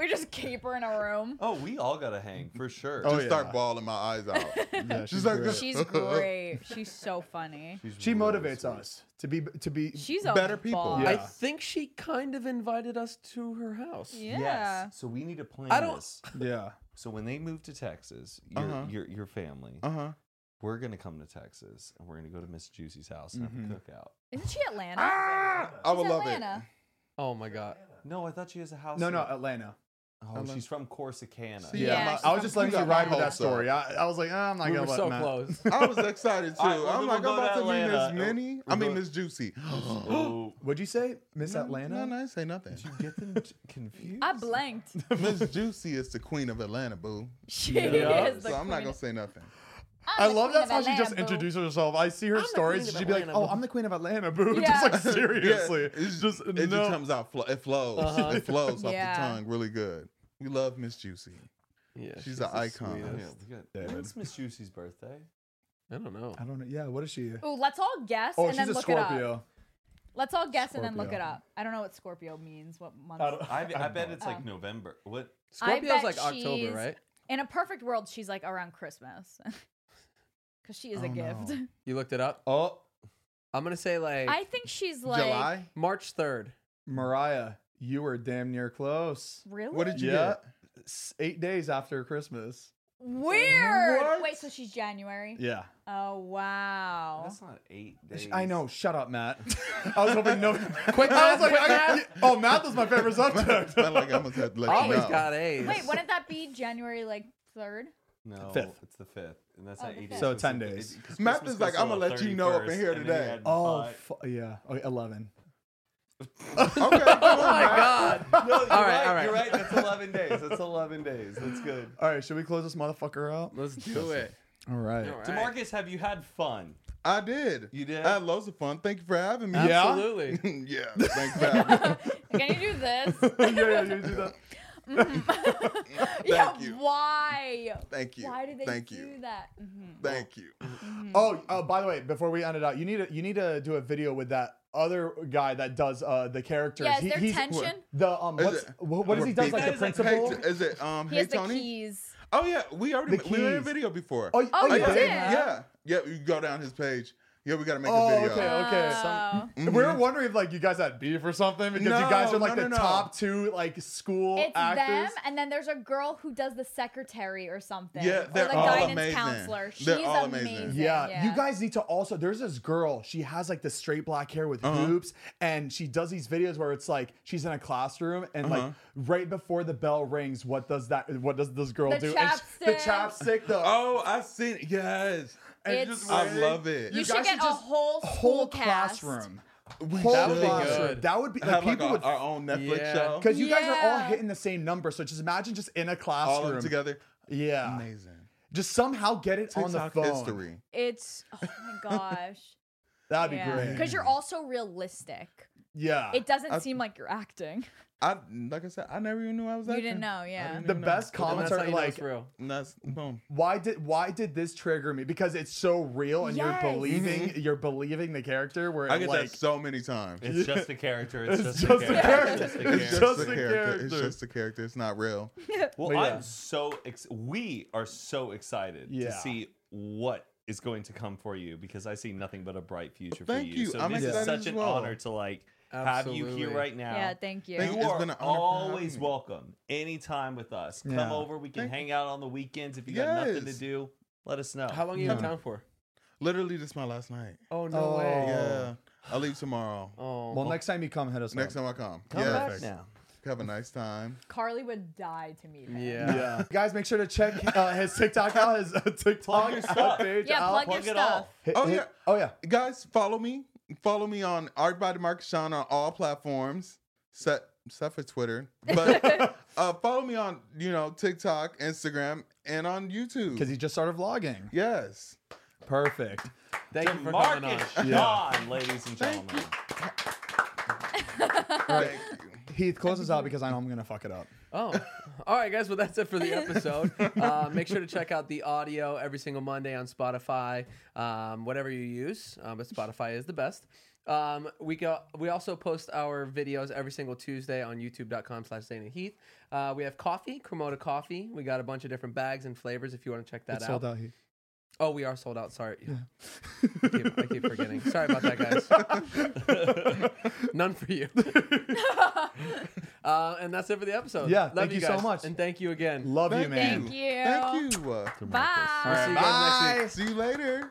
C: we just keep her in a room.
A: oh, we all got to hang for sure.
B: Oh,
E: just
B: yeah.
E: start bawling my eyes out.
B: Yeah,
E: She's like,
B: great.
C: She's great. She's so funny.
B: she motivates us to be to be.
C: She's a
E: Better people.
C: boss.
B: Yeah.
D: I think she kind of invited us to her house.
C: Yeah.
A: Yes. So we need to plan
D: I don't-
A: this.
B: yeah.
A: So when they move to Texas, your
E: Uh-huh.
A: your, your family,
E: uh huh.
A: we're gonna come to Texas and we're gonna go to Miss Juicy's house and have a cookout.
C: Isn't she Atlanta?
E: I
C: She's
E: would love it.
C: Atlanta.
D: Oh my god.
A: No, I thought she has a house.
B: No,
A: in-
B: no, Atlanta.
A: Oh, she's from Corsicana.
E: See,
C: Yeah,
E: I'm
C: she's
E: not-
B: I was just letting you
C: from
B: ride with
C: Atlanta.
B: that story. I, I was like, ah, I'm not
D: we
B: gonna
D: were
B: let
D: so
B: Matt-
D: close.
E: I was excited too.
A: All right, well,
E: I'm
A: then
E: like,
A: we'll
E: I'm
A: go to
E: about to meet Miss
A: Atlanta.
E: Minnie.
A: We're
E: I mean,
A: going-
E: Miss Juicy.
A: Oh,
B: What'd you say, Miss Atlanta?
E: No, no, I say nothing.
A: you get them t- confused.
C: I blanked.
E: Miss Juicy is the queen of Atlanta, boo.
C: She
D: Yeah.
C: is the
E: so I'm not
C: queen.
E: gonna say nothing.
C: I'm
B: I
C: the
B: love
C: queen
B: that's
C: of
B: how she just
C: Atlanta, boo.
B: introduces herself. I see her
D: the
B: stories.
D: queen of
B: She'd be like,
D: Atlanta,
B: "Oh,
D: boo."
B: I'm the queen of Atlanta, boo."
C: Yeah.
B: Just like
E: Yeah,
B: seriously,
E: it's-
B: just
E: it
B: no.
E: just comes out. Flo- it flows.
A: Uh-huh.
E: It flows off
C: Yeah.
E: the tongue really good. We love Miss Juicy.
D: Yeah, she's,
E: an
D: the
E: icon.
A: Yeah,
D: sweetest.
A: we got- When's Miss Juicy's birthday?
D: I don't know.
B: I don't know. Yeah, what is she?
C: Ooh, let's all guess
B: Oh,
C: and
B: she's
C: then
B: a
C: look it up.
B: Scorpio.
C: Let's all guess and then look it
B: Scorpio.
C: up. I don't know what Scorpio means. What month?
B: I don't-
A: I, I bet it's
C: Oh.
A: like November. What?
C: I
D: Scorpio's
C: bet
D: like October,
C: she's-
D: right?
C: In a perfect world, she's like around Christmas, because she is a
E: Oh,
C: gift.
E: no.
D: You looked it up.
A: Oh,
D: I'm gonna say like
C: I think she's like
E: July.
D: March third.
B: Mariah, you were damn near close.
C: really
E: What did you
B: Yeah,
E: get?
B: S- eight days after Christmas.
C: weird.
E: What?
C: Wait, so she's January?
B: Yeah,
C: Oh wow.
A: that's not eight days.
B: I know. Shut up, Matt. I was hoping no.
D: Quick
B: I was
D: math,
B: like,
D: quick
B: I-
D: math.
B: oh, math is my favorite subject.
E: I'm like, I'm gonna have to let you
D: Always
E: know.
D: got A's.
C: Wait, wouldn't that be January like third?
A: No,
B: Fifth.
A: it's the fifth, and that's
C: Oh,
A: not
C: the
A: eight
C: fifth.
A: days.
B: So
A: it's
B: 10
A: the-
B: days.
A: it- 'cause
E: Math
A: Christmas
E: is like,
A: goes
E: "I'ma
A: on
E: let you know up in
A: 31st,
E: here
A: and then you
E: today."
A: had
B: oh,
A: five-
B: fu- yeah. Okay, eleven.
E: Okay, come on,
D: Oh my
E: Matt.
D: god.
A: No, you're
D: All right,
A: right,
D: all right.
A: You're right. That's 11 days. That's 11 days. That's good.
B: All right, should we close this motherfucker out?
D: Let's do it.
B: All right.
D: All right.
A: Demarcus, have you had fun?
E: I did.
A: You did?
E: I had loads of fun. Thank you for having me.
B: Yeah.
D: Absolutely.
E: yeah. Thanks for having me.
C: Can you do
B: yeah, yeah, you do
C: this?
B: that.
C: yeah,
E: Thank you.
C: why?
E: Thank you.
C: Why did they
E: Thank
C: do
E: you.
C: that? Mhm.
E: Thank you.
B: Oh, uh, by the way, before we end it out, you need to you need to do a video with that other guy that does uh the characters.
C: Yeah, is
B: He-
C: there
B: he's-
C: tension?
B: The um,
E: Is
B: what's,
E: it-
B: what, what does he does like the
A: That is like-
B: principal?
E: Hey, t- is it um?
C: He
E: hey
C: has the
E: Tony.
C: keys.
E: Oh yeah, we already
B: The
E: we made a
B: keys.
E: video before.
B: oh,
C: Oh, you
E: yeah,
C: did?
E: yeah, yeah. You go down his page. Yeah, we gotta make
B: Oh,
E: a video.
B: okay.
C: Oh.
B: We were wondering if like you guys had beef or something because you
E: No,
B: guys are like
E: no,
B: the
E: no, no.
B: top two like school
C: It's
B: actors.
C: them, and then there's a girl who does the secretary or something.
E: Yeah,
C: or
E: they're
C: the
E: all
C: guidance
E: amazing.
C: counselor. She's
E: They're all
C: amazing.
E: amazing.
B: Yeah. you guys need to also. There's this girl. She has like the straight black hair with
E: Uh-huh.
B: hoops, and she does these videos where it's like she's in a classroom, and
E: Uh-huh.
B: like right before the bell rings, what does that? What does this girl
C: The
B: do? And she-
C: chapstick.
B: the chapstick. The
E: Oh, I seen it. Yes.
B: and
C: It's-
B: just
E: I
B: waving.
E: love it.
C: You
E: You
C: should
B: guys
C: get a
B: just-
C: whole
B: whole
C: school cast.
B: classroom.
E: We
B: Whole
E: should
D: would be
B: classroom.
D: good.
B: That would be like
E: have like
B: people
E: our,
B: would
E: our own Netflix
D: Yeah.
E: show.
B: because you guys are all
C: Yeah.
B: hitting the same number. So just imagine just in a
E: All of
B: classroom
E: them together.
B: Yeah.
E: Amazing.
B: Just somehow get it on the
E: TikTok
B: phone.
E: history.
C: It's oh my gosh.
B: That'd be
C: yeah.
B: great.
C: Because you're also realistic.
B: Yeah.
C: It doesn't
E: I-
C: seem like you're acting.
E: I like I said, I never even knew I was.
C: You
E: acting.
C: didn't know,
E: I
C: yeah.
E: didn't
B: the
E: even know.
B: best
D: Well,
B: comments
D: that's
B: are
D: how you know
B: like,
D: it's real.
E: And That's boom.
B: why did why did this trigger me? Because it's so real and
C: Yes.
B: you're believing you're believing the character. Where
E: Mm-hmm. I get
B: like,
E: that so many times.
A: It's just a character. It's,
B: It's
A: just,
B: just
A: a
B: a
A: character.
B: character.
A: It's
B: It's
A: just a character.
B: just a
E: It's
B: character.
E: just a character. It's not real.
A: Well,
B: But yeah.
A: I'm so ex- we are so excited
B: Yeah.
A: to see what is going to come for you because I see nothing but a bright future
E: Thank
A: for you.
E: you.
A: So
E: I'm
A: this is
E: excited
A: such
E: as
A: an
E: well.
A: honor to like have you
D: Absolutely.
A: here right now.
C: Yeah, thank you.
E: Thank
A: You
E: It's
A: are
E: been an honor for
A: always
E: having me.
A: welcome anytime with us. Come
B: Yeah.
A: over. We can
E: Thank-
A: hang out on the weekends if you got nothing to
E: Yes.
A: do. Let us know.
D: How long are you in town for?
E: Literally, this is my last night.
D: Oh no
B: Oh.
D: way.
E: Yeah, I leave tomorrow.
D: Oh.
B: well, next time you come, hit us.
E: Next
B: up.
E: time I come.
A: Come
E: yeah.
A: back now.
E: Have a nice time.
C: Carly would die to meet him.
D: yeah.
B: Yeah. Guys, make sure to check uh, his TikTok out, his uh, TikTok
A: your stuff.
B: page
C: Yeah,
B: out.
C: plug,
A: Plug
C: your
A: it all.
C: stuff.
B: Hit-
E: Oh,
B: hit-
E: yeah.
B: Oh yeah.
E: Guys, follow me. Follow me on Art by Demarcus Sean on all platforms. Set except for Twitter. But uh, follow me on, you know, TikTok, Instagram, and on YouTube.
B: Because he just started vlogging.
E: yes.
B: Perfect.
D: Thank you for coming on.
A: Marcus Sean,
B: Yeah.
A: ladies and gentlemen.
E: Thank you.
B: Heath, close us out because I know I'm gonna fuck it up.
D: Oh. All right, guys. Well, that's it for the episode. Uh, make sure to check out the audio every single Monday on Spotify, um, whatever you use, um, but Spotify is the best. Um, we go. We also post our videos every single Tuesday on YouTube.com/slash Zane and Heath. Uh, we have coffee, Cremota coffee. We got a bunch of different bags and flavors. If you want to check that
B: It's
D: out.
B: sold out, Heath.
D: Oh, we are sold out. Sorry. I, keep, I keep forgetting. Sorry about that, guys. None for you. uh, and that's it for the episode.
B: Yeah,
D: Love
B: thank you so
D: guys,
B: much.
D: And thank you again.
B: Love you,
E: Thank
B: man.
C: Thank you.
E: Thank you. Uh,
C: Bye.
D: See you guys next week.
E: See you later.